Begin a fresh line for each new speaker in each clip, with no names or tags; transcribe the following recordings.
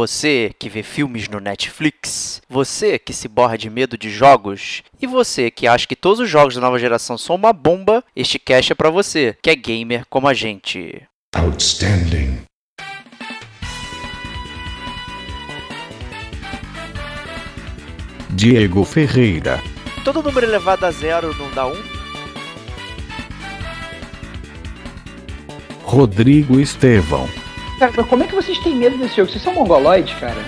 Você que vê filmes no Netflix, você que se borra de medo de jogos e você que acha que todos os jogos da nova geração são uma bomba, este cast é pra você, que é gamer como a gente.
Outstanding.
Diego Ferreira,
Todo número elevado a zero não dá um?
Rodrigo Estevão,
Cara, mas como é que vocês têm medo desse jogo? Vocês são mongoloides, cara?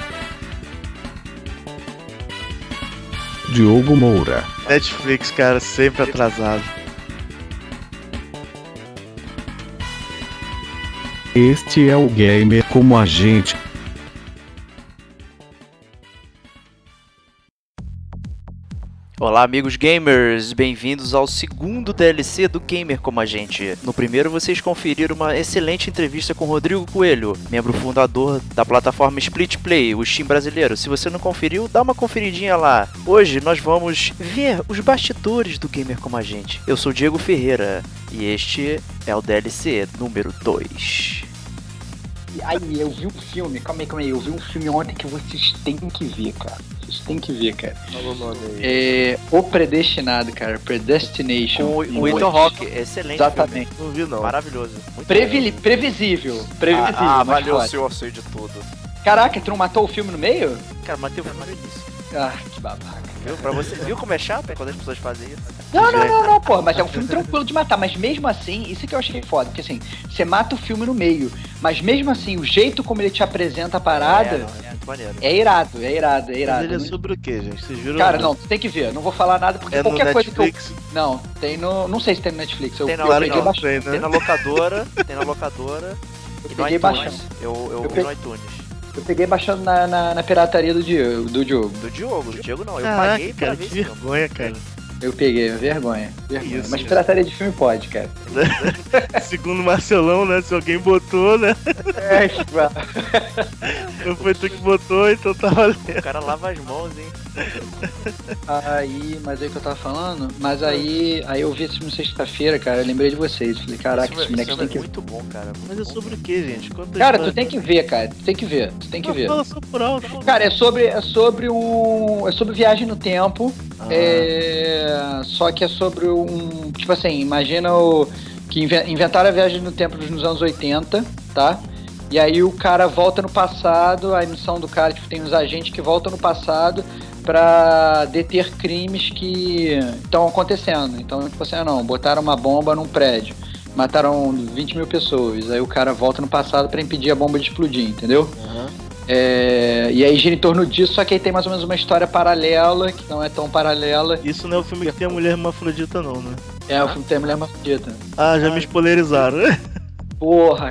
Diogo Moura,
Netflix, cara, sempre atrasado.
este é o Gamer como a gente.
Olá, amigos gamers! Bem-vindos ao segundo DLC do Gamer Como a Gente. No primeiro, vocês conferiram uma excelente entrevista com Rodrigo Coelho, membro fundador da plataforma Split Play, o Steam brasileiro. Se você não conferiu, dá uma conferidinha lá. Hoje nós vamos ver os bastidores do Gamer Como a Gente. Eu sou Diego Ferreira e este é o DLC número 2.
Ai, eu vi um filme, calma aí, calma aí, eu vi um filme ontem que vocês têm que ver, cara. Vocês têm que ver, cara. É. O Predestinado, cara. Predestination.
Com
Em
o Ethan
inglês.
Rock, excelente.
Exatamente.
Não viu, não.
Maravilhoso. Muito
Previli- previsível. Previsível.
Ah, ah,
mas
valeu o
foda.
seu auxílio de tudo.
Caraca, tu não matou o filme no meio?
bom. Cara, Matheus, Matheus,
Ah, que babaca.
viu? Pra você, viu como é chato é quando as pessoas fazem isso?
Não, não, não, não, pô, mas é um filme tranquilo de matar, mas mesmo assim, isso que eu achei foda, porque assim, você mata o filme no meio, mas mesmo assim, o jeito como ele te apresenta a
É,
parada
não, é muito maneiro.
é, irado, é irado, é
Mas
irado.
ele é sobre o que, gente? Vocês viram?
Cara, não, tu tem que ver, eu não vou falar nada, porque
É no
qualquer coisa que eu.
Netflix?
Não, tem no. Não sei se tem no Netflix, eu,
Tem na
eu
hora,
Claro que
peguei
não.
não
baixando.
tem,
Tem na
né?
locadora, tem na locadora
É. Eu
e no
peguei
iTunes.
baixando.
Eu, eu,
Eu
vi
pe-
no iTunes.
Eu peguei baixando na, na, na pirataria do Diogo, do Diogo.
Do Diogo, do Diogo não. Eu paguei
Caraca,
pra
cara,
ver
que
esse filme.
vergonha, cara.
Eu peguei, é vergonha. vergonha.
isso,
mas
gente.
pirataria de filme pode, cara.
Segundo o Marcelão, né? Se alguém botou, né?
É,
Não foi tu que botou, então tá valendo.
O cara lava as mãos, hein?
Aí, mas aí que eu tava falando, mas aí, aí eu vi esse filme sexta-feira, cara, eu lembrei de vocês. Falei, caraca, esse
Esse filme- esse
moleque
filme
tem
é
que
muito bom, cara. muito
Mas é
bom.
sobre o que, gente? Conta a
Cara, tu
história.
tem que ver, cara, tu tem que ver, tu tem que
Não,
ver.
Fala só por alto. fala.
Cara, é sobre, é sobre um. É sobre viagem no tempo. É, só que é sobre um. Tipo assim, imagina o. Que inve- inventaram a viagem no tempo nos anos 80, tá? E aí o cara volta no passado, a missão do cara, tipo, tem uns agentes que voltam no passado pra deter crimes que estão acontecendo. Então, tipo assim, ah não, botaram uma bomba num prédio, mataram 20 mil pessoas, aí o cara volta no passado pra impedir a bomba de explodir, entendeu? É, e aí gira em torno disso, só que aí tem mais ou menos uma história paralela, que não é tão paralela.
Isso não é o filme que tem a mulher hermafrodita, não, né?
É o filme tem a Mulher Mafrodita.
Ah, já me espolerizaram.
Porra,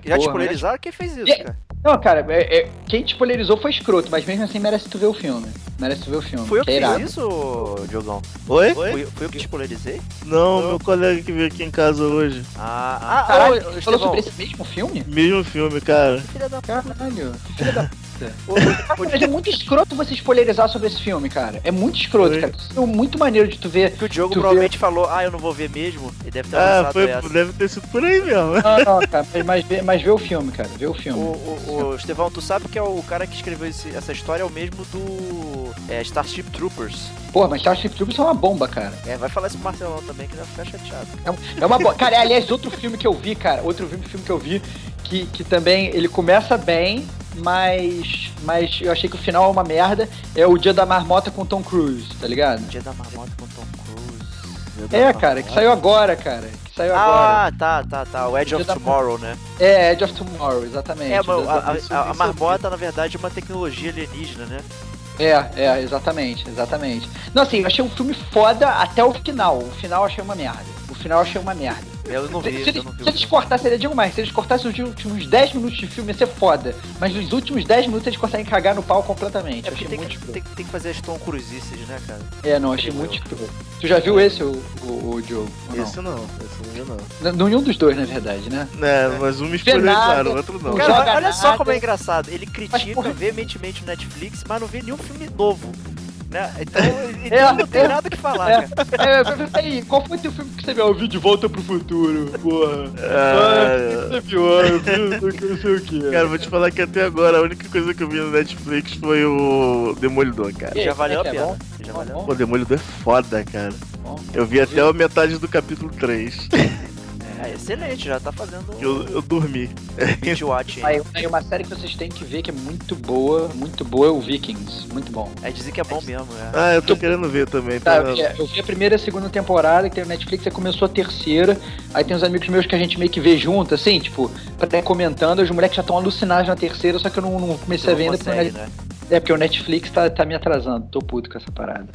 Já te
porra, né? mas-
polarizaram? Quem fez isso,
E-
cara?
Não, cara, é- é- quem te polarizou foi escroto, mas mesmo assim merece tu ver o filme. Merece tu ver o filme.
Fui eu
que
que
é irado.
fiz isso, Diogão?
Oi?
Fui, fui eu que te polarizei?
Não, meu colega que veio aqui em casa hoje.
Ah, ah, ah, ô,
Caralho,
ô,
você falou
Estevão.
sobre esse mesmo filme?
Mesmo filme, cara.
Filha da puta.
Caralho. Filha da puta. Mas é muito escroto você espolherizar sobre esse filme, cara. É muito escroto,
Foi.
cara. Isso é muito maneiro de tu ver.
Que o Diogo
Tu
provavelmente falou, ah, eu não vou ver mesmo. Ele deve ter
Ah,
lançado
foi,
essa.
deve ter sido por aí mesmo.
Não, não, cara, mas, mas, vê, mas vê o filme, cara. Vê o
O,
filme.
o, o Estevão, tu sabe que é o cara que escreveu esse- essa história é o mesmo do é, Starship Troopers.
Porra, mas Starship Troopers é uma bomba, cara.
É, vai falar isso pro Marcelão também, que ele vai ficar chateado.
É um- É uma boa. Cara, é, aliás, outro filme que eu vi, cara, outro filme, filme que eu vi, que, que também ele começa bem, mas. Mas eu achei que o final é uma merda. É o Dia da Marmota com Tom Cruise, tá ligado?
Dia da Marmota com Tom Cruise.
É, cara, que saiu agora, cara. Que saiu agora.
Ah, tá, tá, tá. O Edge
Dia
of
da-
Tomorrow, né?
É, Edge of Tomorrow, exatamente.
É, mas
O Dia
a,
da-
a- a- a marmota, na verdade, é uma tecnologia alienígena, né?
É, é, exatamente, exatamente. Não, assim, eu achei um filme foda até o final. O final eu achei uma merda. O final eu achei uma merda.
Eu não
Se,
vi,
se
eu
eles,
não vi.
se eles cortassem, seria digo mais, se eles cortassem os últimos 10 minutos de filme, ia ser foda. Mas nos últimos 10 minutos eles conseguem cagar no pau completamente.
É
Eu
porque
achei
tem
muito
que,
escroto.
tem, que- tem que fazer as Tom Cruises, né, cara?
É, não, achei
tem-
muito escroto. Tu já viu esse, o, o, o Diogo? ou não?
Esse não, esse não viu, não.
N- Nenhum dos dois, na verdade, né?
É, mas um me
Fernando,
espolerizaram, o outro não.
o
Cara,
joga
olha só
nada.
como é engraçado. Ele
Mas,
critica
porra.
veementemente o Netflix, mas não vê nenhum filme novo.
Né? Então, então não tem nada que
Tá
falar, né?
É, mas peraí, qual foi o teu filme que você viu? Ah, Eu vi de volta pro futuro, porra. Ah,
Ah,
o que você viu? Ah, eu vi não sei o que.
cara, vou te falar que até agora a única coisa que eu vi no Netflix foi o Demolidor, cara.
É,
Já valeu a
é que é
pena.
bom?
Já valeu a
Pô, Demolidor é foda, cara.
Bom.
Eu vi até a metade do capítulo 3.
pena. É, excelente, já tá fazendo um
Eu, eu dormi.
binge watching.
Aí, aí uma série que vocês têm que ver que é muito boa, muito boa é o Vikings, muito bom.
É dizer que é bom mesmo, é.
Ah, eu tô querendo ver também.
Tá,
Tá,
eu vi- eu vi a primeira e a segunda temporada que tem no Netflix, aí começou a terceira. Aí tem uns amigos meus que a gente meio que vê junto, assim, tipo, até comentando, os moleques já estão alucinados na terceira, só que eu não, não comecei a
Não
ver ainda.
consegue,
porque
né?
o Net- É, porque o Netflix tá, tá me atrasando, tô puto com essa parada.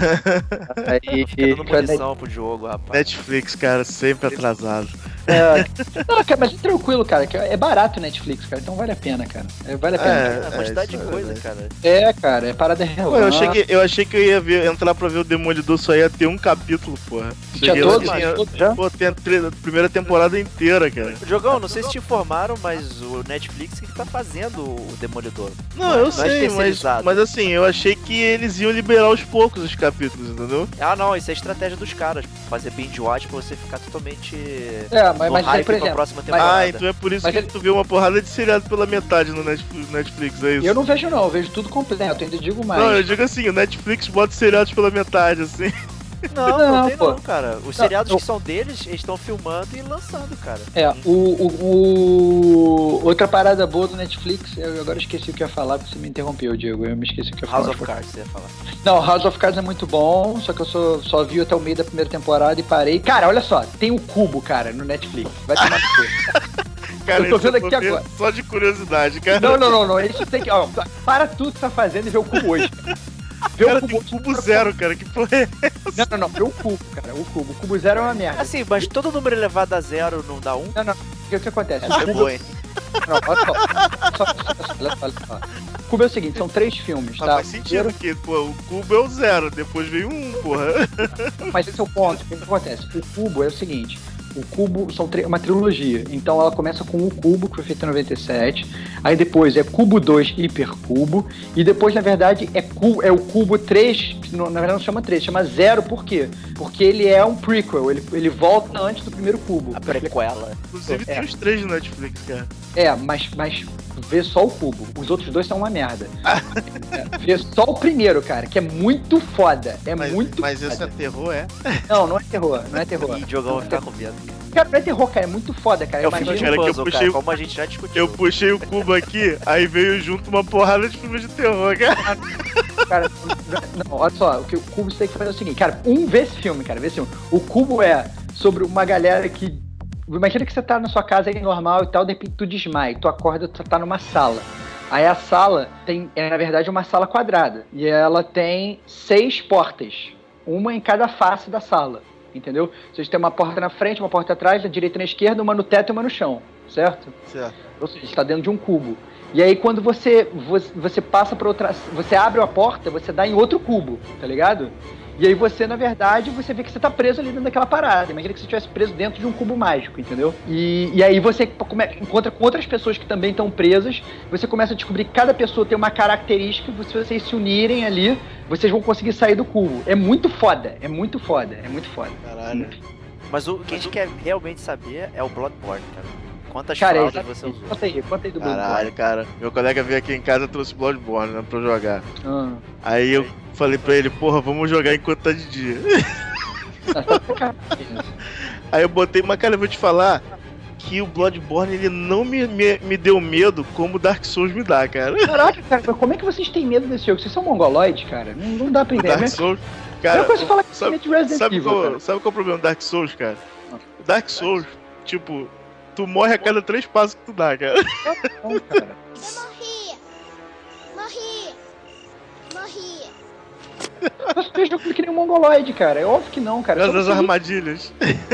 Tá
aí,
Fica dando
pra Net-
munição Tá pro jogo, rapaz.
Netflix, cara, sempre atrasado.
é, não, cara, mas é tranquilo, cara, que é barato o Netflix, cara, então vale a pena, cara. É, vale a pena.
A quantidade
isso
de
é
coisa,
verdade.
cara.
É, cara, é parada real.
Pô, eu, achei que, eu achei que eu ia ver- entrar pra ver o Demolidor, só ia ter um capítulo, porra.
Tinha
lá,
todos, né?
tinha-
todos já?
Pô, tem a tre- a primeira temporada inteira, cara.
É
Jogão, não sei se te informaram, mas o Netflix que tá fazendo o Demolidor.
Não, eu
Mas
sei, mas,
terceirizado.
mas assim, eu achei que eles iam liberar aos poucos os capítulos, entendeu?
Ah, não, isso é a estratégia dos caras. Fazer binge watch pra você ficar totalmente
É, mas,
no
mas aí,
hype
por
pra
exemplo,
próxima temporada.
ah, então é por isso
Mas
que
ele-
tu vê uma porrada de seriado pela metade no Netf- Netflix, é isso?
eu não vejo não, eu vejo tudo completo, ainda digo mais.
Não, eu digo assim, o Netflix bota seriados pela metade, assim.
Não, não,
Não,
tem
pô.
não, cara. Os
Não,
seriados
eu-
que são deles, eles estão filmando e lançando, cara.
É, o, o, o- Outra parada boa do Netflix, eu agora esqueci o que eu ia falar porque você me interrompeu, Diego. Eu me esqueci o que eu ia
House
falar.
of Cards, você ia falar.
Não, House of Cards é muito bom, só que eu só, só vi até o meio da primeira temporada e parei. Cara, olha só, tem o Cubo, cara, no Netflix. Vai tomar no cu.
Cara,
Eu tô vendo
esse
aqui
momento,
agora.
Só de curiosidade, cara.
Não, não, não, não. Eles têm que. Ó, para tudo que tá fazendo e vê o Cubo hoje. Vê
Cara,
o
tem
Cubo.
cubo zero, cara. Que porra é?
Não, não, não. Vê o Cubo, cara. O Cubo. O Cubo Zero é uma merda.
Assim, mas todo número elevado a zero não dá um?
Não, não. Porque O que acontece? O
É
Cubo-
boa, hein?
Não, olha só. Só- só- Olha só, olha só. Cubo é o seguinte, são três filmes,
Ah,
tá?
faz sentido que, pô, o cubo é o zero, depois veio um, porra.
Mas esse é o ponto. O que acontece? O cubo é o seguinte. O cubo são tri- é uma trilogia. Então ela começa com o cubo, que foi feito em 97. Aí depois é cubo 2, hipercubo. E depois, na verdade, é, cu- é o cubo 3. que não- Na verdade, não chama 3, chama 0. Por quê? Porque ele é um prequel. Ele, ele volta antes do primeiro cubo.
Ah,
A prequela.
Inclusive
É.
tem os três no Netflix, cara.
É, mas, mas vê só o cubo. Os outros dois são uma merda. É, vê só o primeiro, cara, que é muito foda. É muito foda.
terror, é?
Não, não é terror. Não é terror.
E o Diogão vai ficar com medo.
Cara, não é terror, cara, é muito foda, cara.
É o filme
Imagina
de
cara, que eu
puzzle,
puxei
cara,
o-
como a gente já discutiu.
Eu puxei o cubo aqui, aí veio junto uma porrada de filmes de terror, cara.
um cara. Não, olha só, o que o Cubo tem que fazer é o seguinte, cara, um vê esse filme, cara, vê esse filme. O Cubo é sobre uma galera que. Imagina que você tá na sua casa aí normal e tal, de repente tu desmaia, tu acorda, tu tá numa sala. Aí a sala tem, é na verdade uma sala quadrada. E ela tem seis portas. Uma em cada face da sala. Entendeu? Vocês têm uma porta na frente, uma porta atrás, da direita e na esquerda, uma no teto e uma no chão, certo? Ou seja, está dentro de um cubo. E aí quando você você, você passa para outra, você abre uma porta, você dá em outro cubo, tá ligado? E aí você, na verdade, você vê que você tá preso ali dentro daquela parada. Imagina que você estivesse preso dentro de um cubo mágico, entendeu? E, e aí você come- encontra com outras pessoas que também estão presas. Você começa a descobrir que cada pessoa tem uma característica. e Se vocês se unirem ali, vocês vão conseguir sair do cubo. É muito foda, é muito foda, é muito foda.
Caralho.
Mas o que a gente quer realmente saber é o Bloodborne, cara. Quantas
Cara, é
fraldas você usou?
Conta aí, conta aí do
Caralho, cara. Meu colega veio aqui em casa e trouxe Bloodborne, né, pra eu jogar.
Bloodborne. Ah.
Aí eu falei pra ele, porra, vamos jogar enquanto tá de dia.
tá né?
Aí eu botei, mas cara, eu vou te falar que o Bloodborne, ele não me, me, me deu medo como o Dark Souls me dá, cara.
Caraca, cara, mas como é que vocês têm medo desse jogo? Vocês são mongoloides, cara? Não, não dá pra
O
entender.
Dark
né?
Souls,
É
cara...
uma coisa que falar que
sabe-
sabe, de Resident
Sabe
Evil, cara.
qual, sabe qual é o problema do Dark Souls, cara? O Dark Souls, tipo, tu morre a cada três passos que tu dá, cara.
Não, cara.
Morri! Morri! Morri!
Vocês jogam que nem um mongoloide, cara. É óbvio que não, cara.
Graças
Só
às
você-
armadilhas.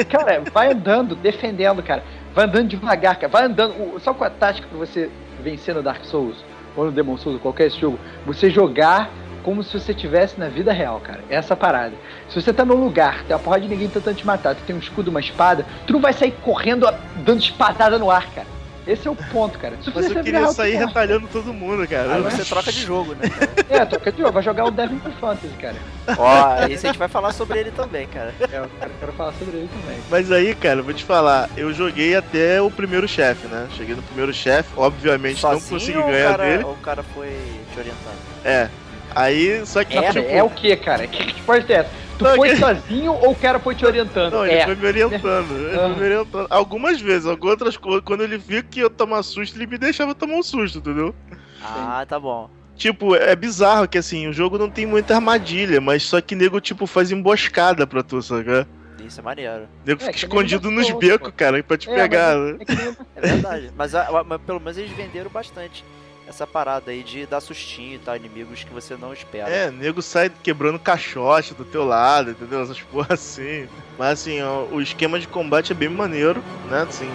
Cara, vai andando, defendendo, cara. Vai andando devagar, cara. Vai andando. O- Sabe qual é a tática pra você vencer no Dark Souls? Ou no Demon Souls, ou qualquer esse jogo? Você jogar como se você estivesse na vida real, cara. É Essa parada. Se você tá num lugar, tem uma porrada de ninguém tentando te matar, tu tem um escudo, uma espada, tu não vai sair correndo a- dando espadada no ar, cara. Esse é o ponto, cara. Isso
Mas
precisa
eu
virar
queria sair
auto-porn.
retalhando todo mundo, cara.
é Aí você troca de jogo, né?
É, troca de jogo. Vai jogar o Devil May Fantasy, cara.
Ó, esse a gente vai falar sobre ele também, cara.
É, eu quero, quero falar sobre ele também.
Mas aí, cara, vou te falar, eu joguei até o primeiro chefe, né? Cheguei no primeiro chefe, obviamente não consegui
ou o
ganhar
cara,
dele.
ou o cara foi te orientando?
É. Aí, só que
É,
tipo,
é o que, cara? Que resposta é essa? Tu
Não,
foi
que-
sozinho ou o cara foi te orientando?
Não, ele
é. Ah.
foi me orientando. Ele foi me orientando. Algumas vezes, algumas outras coisas. Quando ele viu que eu tomar susto, ele me deixava tomar um susto, entendeu?
Ah, tá bom.
Tipo, é bizarro que assim, o jogo não tem muita armadilha, mas só que nego, tipo, faz emboscada pra tu, saca?
Isso é maneiro.
Nego
É,
fica
que nem
escondido nos
Dark Souls,
becos, cara, pra te
É,
pegar. né?
É que nem-
É verdade. mas, a- a- mas pelo menos eles venderam bastante essa parada aí de dar sustinho e tal, inimigos que você não espera.
É, nego sai quebrando caixote do teu lado, entendeu? Essas porra assim. Mas assim, ó, o esquema de combate é bem maneiro, né? Assim,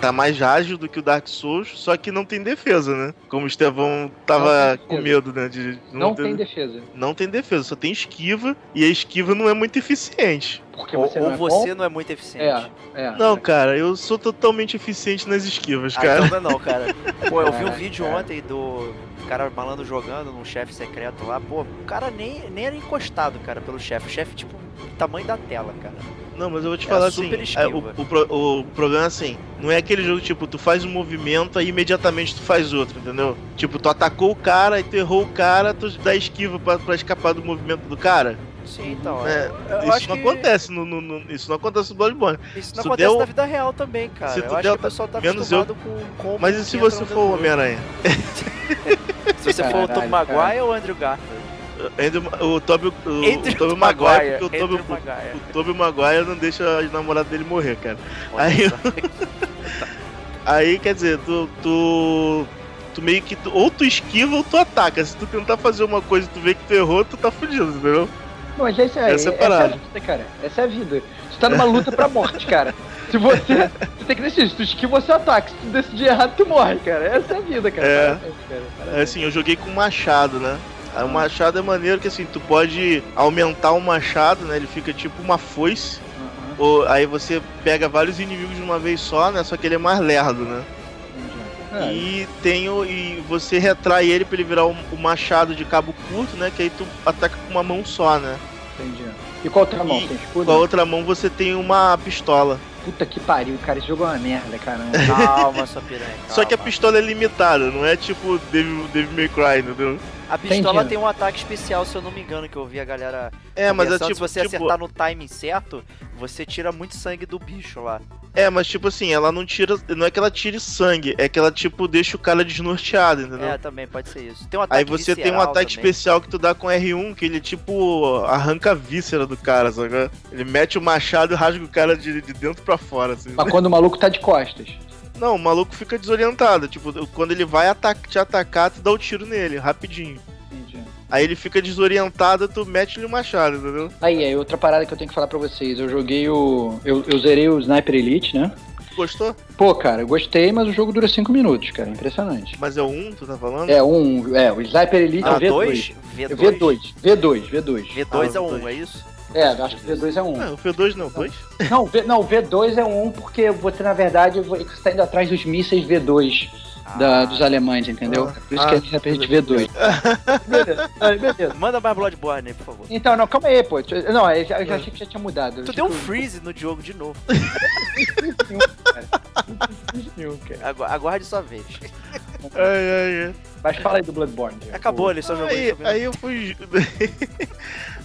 tá mais ágil do que o Dark Souls, só que não tem defesa, né? Como o Estevão tava
Não tem
com
defesa.
medo, né? De
Não
ter-
tem defesa.
não tem defesa, só tem esquiva, e a esquiva não é muito eficiente.
Porque
Ou,
você
ou
não é
você não é muito eficiente.
bom. É.
Não, cara, eu sou totalmente eficiente nas esquivas,
Ah,
cara.
então não, é não, cara. Pô, eu vi um
Caraca.
vídeo ontem do cara malandro jogando num chefe secreto lá. Pô, o cara nem, nem era encostado, cara, pelo chefe. O chefe, tipo, tamanho da tela, cara.
Não, mas eu vou te
É
falar assim,
super
é,
esquiva.
o, o pro- o problema é assim, não é aquele jogo tipo, tu faz um movimento aí imediatamente tu faz outro, entendeu? Tipo, tu atacou o cara e tu errou o cara, tu dá esquiva pra, pra escapar do movimento do cara.
Sim, então.
É,
eu acho
isso não
que
acontece, no, no- no- isso não acontece no Bloodborne.
Isso não
Se
acontece
der
na
o-
vida real também, cara.
se tu
eu acho
der
que o
o-
pessoal tá
menos eu-
acostumado com com o
Mas e se você for o Homem-Aranha?
Se você for o Tom
Caralho,
Maguire
cara.
ou o Andrew Garfield?
Entre o- o Tobey o,
Entre
o Tobey
o
Maguire,
Maguire.
porque o
Entre
Tobey,
o Maguire.
o Tobey Maguire não deixa a namorada dele morrer, cara.
Olha
Aí
só.
Aí, quer dizer, tu. tu... Tu meio que. tu- ou tu esquiva ou tu ataca. Se tu tentar fazer uma coisa e tu vê que tu errou, tu tá fudido, entendeu?
Não, mas esse é,
Essa é a
essa é a
parada.
vida, cara. Essa é a vida. Você tá numa luta pra morte, cara. Se você. Você tem que decidir. Se tu esquiva, você ataca. Se tu decidir errado, tu morre, cara. Essa é a vida, cara.
É.
Parabéns, cara.
É assim, eu joguei com machado, né? Aí o machado é maneiro que assim, tu pode aumentar o machado, né? Ele fica tipo uma foice.
Aham,
Ou, aí você pega vários inimigos de uma vez só, né? Só que ele é mais lerdo, né?
entendi.
E tem o, e você retrai ele pra ele virar o, o machado de cabo curto, né? Que aí tu ataca com uma mão só, né?
Ah, entendi. E qual outra mão?
E
Tem escudo?
Com a outra mão você tem uma pistola.
Puta que pariu, cara. Esse jogo é uma merda, caramba.
Calma, sua piranha.
Só que a
calma.
pistola é limitada, não é tipo Devil, Devil May Cry, entendeu?
A pistola
Entendi.
tem um ataque especial, se eu não me engano, que eu vi a galera.
É, mas é
conversando.
tipo,
Se você
tipo-
acertar no timing certo, você tira muito sangue do bicho lá.
é, mas tipo assim, ela não tira, não é que ela tire sangue, é que ela tipo deixa o cara desnorteado, entendeu?
É, também pode ser isso. Tem um ataque
Aí você tem um
visceral
ataque
também.
especial que tu dá com R1, que ele tipo arranca a víscera do cara, sabe? Ele mete o machado e rasga o cara de, de dentro pra fora, assim.
Mas quando o maluco tá de costas.
Não, o maluco fica desorientado, tipo, quando ele vai ata- te atacar, tu dá o tiro nele, rapidinho.
Entendi.
Aí ele fica desorientado, tu mete-lhe o machado, entendeu?
Aí, aí, outra parada que eu tenho que falar pra vocês. Eu joguei o. Eu, eu zerei o Sniper Elite, né?
Gostou?
Pô, cara, eu gostei, mas o jogo dura 5 minutos, cara. Impressionante.
Mas é o 1, tu tá falando?
É, um. É, o Sniper Elite é
Ah,
o V2.
dois?
É
V2?
V2, V2, V2.
V2 é
Ah,
um,
dois.
é isso?
É, eu acho que V2 é um.
Ah.
Não, o F2 não, 2?
Não, V, não, V2 é um porque você, na verdade, você está indo atrás dos mísseis V2
Ah.
da- dos alemães, entendeu? Por isso que é de repente V2.
Ah.
beleza, aí, beleza.
Manda mais Bloodborne aí, por favor.
Então, não, calma aí, pô. Não, eu já, eu já achei que já tinha mudado. Eu
Ah. Tu
achei
deu um
que eu-
tipo-
freeze no jogo de novo.
Nenhum, cara.
Agu- Aguarde sua vez.
Ai, ai, ai.
Mas fala aí do Bloodborne. Diego.
Acabou, ele só jogou
Aí,
isso, tá vendo?
aí eu fui.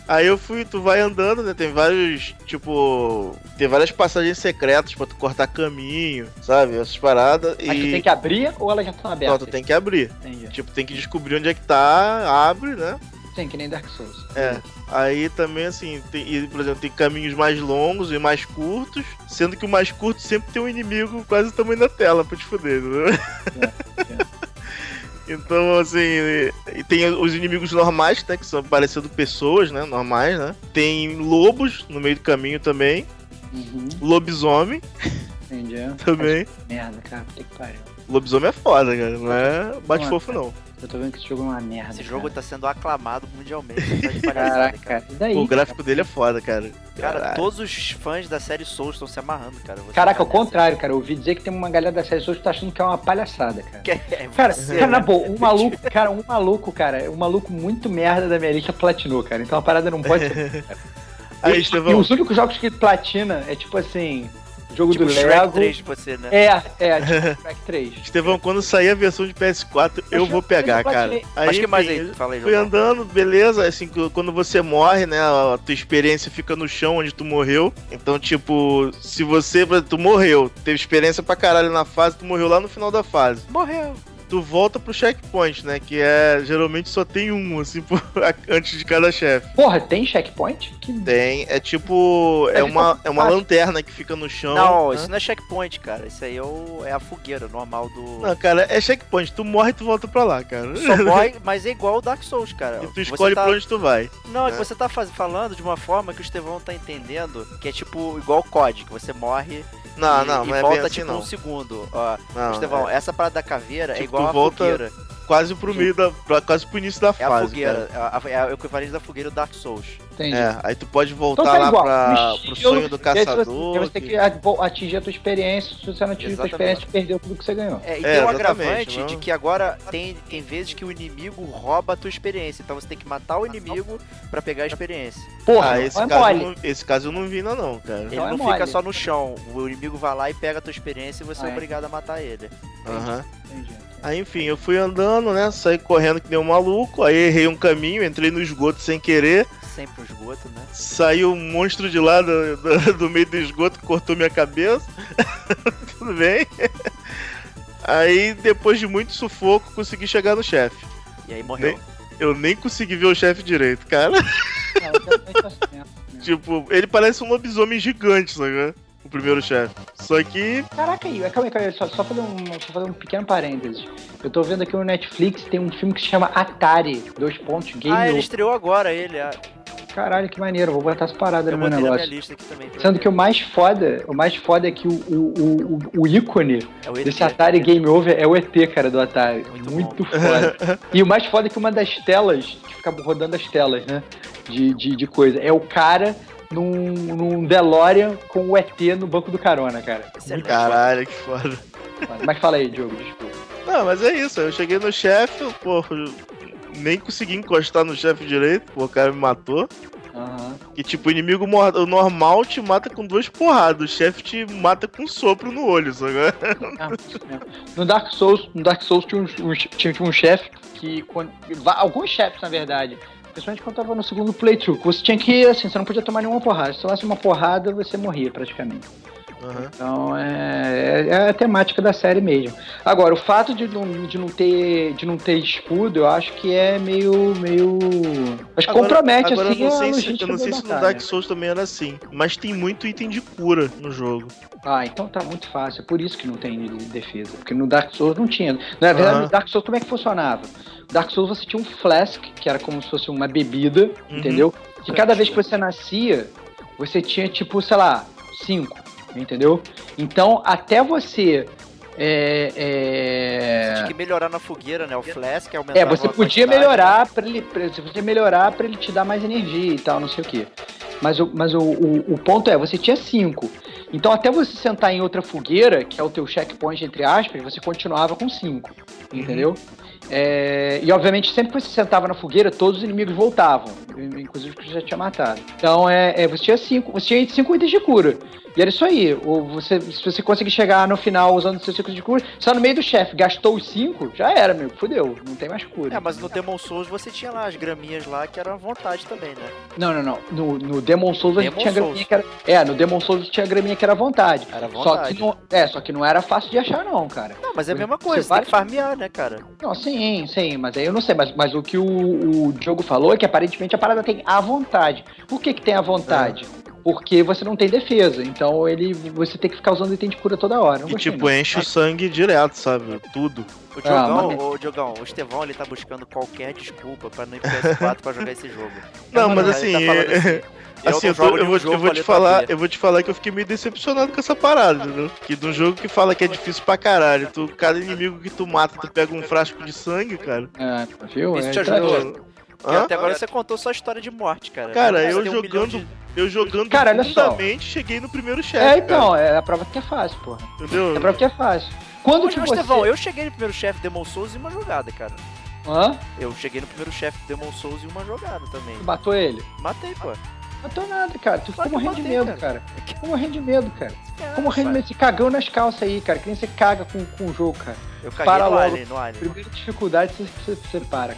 aí eu fui, tu vai andando, né? Tem vários, tipo. Tem várias passagens secretas pra tu cortar caminho, sabe? Essas paradas.
Mas tu
e.
tem que abrir ou elas já estão
Não,
abertas?
tu tem que abrir.
Entendi.
Tipo, tem que descobrir onde é que tá, abre, né?
Sim, que nem Dark Souls.
É. Aí também, assim, tem, e, por exemplo, tem caminhos mais longos e mais curtos, sendo que o mais curto sempre tem um inimigo quase o tamanho da tela pra te fuder, entendeu? é. Então, assim, e- e tem os inimigos normais, né? Que são parecendo pessoas, né? Normais, né? Tem lobos no meio do caminho também.
Uhum,
Lobisomem
entendi.
também.
Merda, cara, puta que pariu.
Lobisomem é foda, cara. Não é bate-fofo, não.
Eu tô vendo que esse jogo é uma merda.
Esse
cara.
jogo tá sendo aclamado mundialmente. Tá de palhaçada,
Caraca,
cara.
cara. E daí?
O gráfico dele é foda, cara.
Cara,
Caralho.
todos os fãs da série Souls estão se amarrando, cara. Você
Caraca, ao
tá nessa.
contrário, cara. Eu ouvi dizer que tem uma galera da série hoje que tá achando que é uma palhaçada, cara.
Que é
Cara,
você,
cara, na
né?
boa, um maluco, cara, um maluco, cara, um maluco muito merda da minha lista platinou, cara. Então a parada não pode ser.
Aí,
e,
Estevão.
e os únicos jogos que platina é tipo assim, jogo
Tipo
do
Shrek
Lego.
3 de você, né?
É, é, tipo Shrek 3.
Estevão, quando sair a versão de PS4, eu vou pegar, cara. Aí,
Mas que mais
É, enfim,
aí? Fala aí,
Fui
Jordão.
andando, beleza. Assim, qu- quando você morre, né? A tua experiência fica no chão onde tu morreu. Então, tipo, se você. Tu morreu, teve experiência pra caralho na fase, tu morreu lá no final da fase.
Morreu.
Tu volta pro checkpoint, né? Que é. Geralmente só tem um, assim, por- antes de cada chefe.
Porra, tem checkpoint? Que
Tem. É tipo. É
Deve
uma,
ter
é uma
fácil.
lanterna que fica no chão.
Não,
né?
isso não é checkpoint, cara. Isso aí é, o- é a fogueira normal do.
Não, cara, é checkpoint. Tu morre e tu volta pra lá, cara.
Só morre, mas é igual o Dark Souls, cara.
E tu
Você
escolhe
tá-
pra onde tu vai.
Não, é que
né?
você tá faz- falando de uma forma que o Estevão tá entendendo, que é tipo igual o COD, que você morre
Não,
e,
não,
e
não é
volta
bem assim,
tipo
não.
um segundo. Ó,
Não,
Estevão,
é
essa parada da caveira é
Tipo,
igual
tu
a
volta-
fogueira.
quase pro meio da. pra- Quase pro início da
É a
fase. cara.
fogueira. a- a- É o equivalente da fogueira do Dark Souls.
Entendi.
É, aí tu pode voltar
Então tá
lá
igual.
pra,
No
pro
estilo-
sonho do
E aí, se você-
caçador.
Você tem
que-
que a- atingir a tua experiência. Se você não atingir a tua
Exatamente.
experiência, você perdeu tudo que você ganhou.
É, e tem
É,
um
exatamente,
agravante
não-
de que agora tem, tem vezes que o inimigo rouba a tua experiência. Então você tem que matar o inimigo pra pegar a experiência.
Porra,
Ah,
não
esse
é
caso, eu
mole.
não, esse caso eu não vi ainda não, cara.
Ele
Então é
não fica
mole.
só no chão. O inimigo vai lá e pega a tua experiência e você
Ah,
é
é.
obrigado a matar ele.
Aham.
Entendi.
Aí enfim, eu fui andando, né? Saí correndo que nem um maluco, aí errei um caminho, entrei no esgoto sem querer,
Sempre um esgoto, né?
saiu um monstro de lá do, do- do meio do esgoto, cortou minha cabeça. Tudo bem. Aí, depois de muito sufoco, consegui chegar no chefe.
E aí morreu.
Eu nem consegui ver o chefe direito, cara.
Ah, eu também tô certo, né?
Tipo, ele parece um lobisomem gigante, sabe? O primeiro chefe. Só que.
Caraca, aí, calma aí, calma aí, só, só fazer um, só fazer um pequeno parênteses. Eu tô vendo aqui no Netflix, tem um filme que se chama Atari, dois pontos, Game
ah, ele
Over.
estreou agora, ele. Ah,
Caralho, que maneiro, vou botar essa parada
eu
no meu
botei na minha
negócio.
lista aqui também. pra
Sendo
ver.
que o mais foda, o mais foda é que o, o, o, o- o ícone
É o ET.
desse Atari Game Over é o ET, cara, do Atari.
Muito
Muito,
bom.
foda. e o mais foda é que uma das telas, que fica rodando as telas, né, de, de, de coisa, é o cara num, num DeLorean com o ET no banco do carona, cara.
Excelente.
Caralho, que foda.
Mas fala aí, Diogo, desculpa.
Não, mas é isso. Eu cheguei no chefe, pô, nem consegui encostar no chefe direito, pô, o cara me matou.
Aham.
Que tipo, o inimigo mor- o normal te mata com duas porradas, o chefe te mata com um sopro no olho, sabe?
Ah, isso mesmo. No Dark Souls, no Dark Souls tinha um, um- tinha, tinha um chefe que. quando- va- alguns chefes, na verdade. Principalmente quando tava no segundo playthrough. que Você tinha que, assim, você não podia tomar nenhuma porrada. Se tomasse uma porrada, você morria praticamente. Então é, é- é a temática da série mesmo. Agora, o fato de não, de não, ter, de não ter escudo, eu acho que é meio. meio. Acho que
Agora-
compromete
Agora
assim
eu não
a
sei se,
logística
eu não
da
sei se no
batalha.
Dark Souls também era assim, mas tem muito item de cura no jogo.
Ah, então tá muito fácil. É por isso que não tem defesa. Porque no Dark Souls não tinha. Na verdade,
Aham.
no Dark Souls como é que funcionava? No Dark Souls você tinha um flask, que era como se fosse uma bebida,
Uhum.
entendeu? Que cada vez que você nascia, você tinha tipo, sei lá, cinco, entendeu? Então, até você. É,
Você
é...
tinha que melhorar na fogueira, né? O Flask aumentava
É, você
a
podia
quantidade, né?
melhorar pra ele, pra, você podia melhorar para ele te dar mais energia e tal, não sei o quê. Mas, o, mas o, o, o ponto é, você tinha cinco. Então até você sentar em outra fogueira, que é o teu checkpoint entre aspas, você continuava com cinco,
Uhum.
entendeu? É, e obviamente sempre que você sentava na fogueira, todos os inimigos voltavam, inclusive os que você já tinha matado. Então é, é, você tinha cinco, você tinha cinco itens de cura. E era isso aí. Ou você, se você conseguir chegar no final usando seus ciclos de cura, só no meio do chefe, gastou os cinco, já era, meu. Fudeu. Não tem mais cura.
É, mas no Demon Souls você tinha lá as graminhas lá que eram à vontade também, né?
Não, não, não. No, no Demon Souls a gente
Demon
tinha
Souls.
graminha que era. É, no Demon Souls tinha graminha que era à vontade.
Era à
Só
vontade.
que não. É, só que não era fácil de achar, não, cara.
Não, mas é a mesma
Você
coisa, você
vai-
tem que farmear, né, cara?
Não, sim, sim, mas aí eu não sei. Mas, mas o que o, o Diogo falou é que aparentemente a parada tem à vontade. Por que, que tem à vontade? Porque você não tem defesa. Então ele. Você tem que ficar usando item de cura toda hora. Eu não
E
gostei,
tipo,
não.
enche o sangue direto, sabe? Tudo.
O
Ah,
Diogão,
mas-
o Diogão, o Estevão ele tá buscando qualquer desculpa pra não ir pro PS4 pra jogar esse jogo.
Não,
Não,
mas
não,
assim,
ele tá falando assim, eu
assim,
não
eu, tô-
jogo
eu
nenhum
vou,
jogo
eu vou
com
te
letra
falar,
B.
eu vou te falar que eu fiquei meio decepcionado com essa parada, entendeu? Que de um jogo que fala que é difícil pra caralho, tu, cada inimigo que tu mata, tu pega um frasco de sangue, cara.
Ah, viu?
Isso
É,
te né?
tá-
ajudou. Porque
Hã?
até agora você contou sua história de morte, cara.
Cara,
Você
eu
tem um milhão
jogando- Eu jogando
Cara, olha só.
profundamente, cheguei no primeiro
É,
chefe,
então, é a prova que é fácil, porra.
cara,
É a
entendeu?
prova que é fácil. Quando
Mas,
que
mas,
você.
Estevão, eu cheguei no primeiro chefe Demon Souls em uma jogada, cara.
Hã?
Eu cheguei no primeiro chefe Demon Souls em uma jogada também.
Tu matou ele?
Matei, pô.
Matou nada, cara. Tu ficou
Claro que
morrendo de
matei,
medo, cara. Ficou morrendo de medo, cara.
É,
Ficou morrendo de
sabe?
medo. Se cagou nas calças aí, cara. Que nem você caga com, com o jogo, cara.
Eu caguei
Para
no
logo.
Alien, no Alien.
Primeira dificuldade você, você, você para.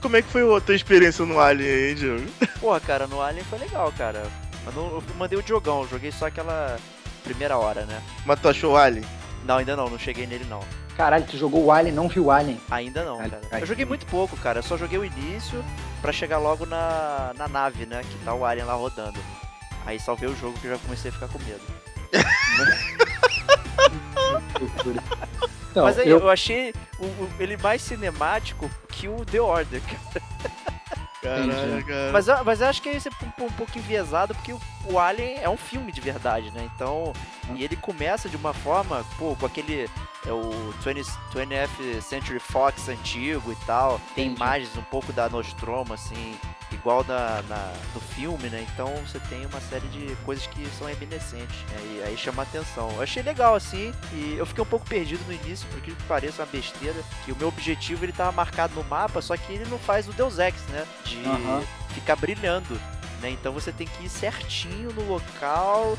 Como é que foi a tua experiência no Alien aí, Diogo?
Porra, cara, no Alien foi legal, cara. Eu, não- eu mandei o Diogão, eu joguei só aquela primeira hora, né?
Mas tu achou o Alien?
Não, ainda não, não cheguei nele não.
Caralho, tu jogou o Alien, não viu o Alien.
Ainda não,
Ai,
cara.
ai.
Eu joguei muito pouco, cara. Eu só joguei o início pra chegar logo na, na nave, né? Que tá o Alien lá rodando. Aí salvei o jogo que eu já comecei a ficar com medo.
Então,
Mas aí eu,
eu,
achei o- o- ele mais cinemático que o The Order, cara.
Caralho,
Entendi.
cara.
Mas, eu- mas eu acho que esse é um, pou- um pouco enviesado, porque o, o Alien é um filme de verdade, né? Então. E ele começa de uma forma, pô, com aquele. É o 20, 20th Century Fox antigo e tal. Tem
Entendi.
imagens um pouco da Nostromo, assim, igual da, na, do filme, né? Então você tem uma série de coisas que são reminiscentes. Né? E aí chama atenção. Eu achei legal, assim, e eu fiquei um pouco perdido no início, porque que pareça é uma besteira. Que o meu objetivo ele tava marcado no mapa, só que ele não faz o Deus Ex, né? De
Aham.
ficar brilhando. Né? Então você tem que ir certinho no local,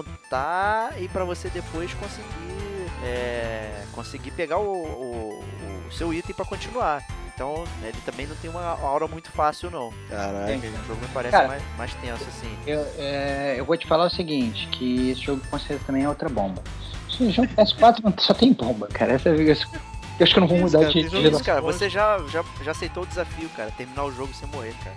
apontar e pra você depois conseguir é, conseguir pegar o, o- o seu item pra continuar. Então né, ele também não tem uma aura muito fácil não.
Caralho.
Entendi.
O jogo me parece
Cara.
mais, mais tenso assim.
eu, é, eu vou te falar o seguinte, que esse jogo com certeza também é outra bomba. Esse jogo PS4 não- só tem bomba, cara. Essa, eu, eu acho que eu não vou
Isso,
mudar
cara,
de,
tem
de
jogo
Isso,
geração.
cara, você já, já, já aceitou o desafio, cara, terminar o jogo sem morrer, cara.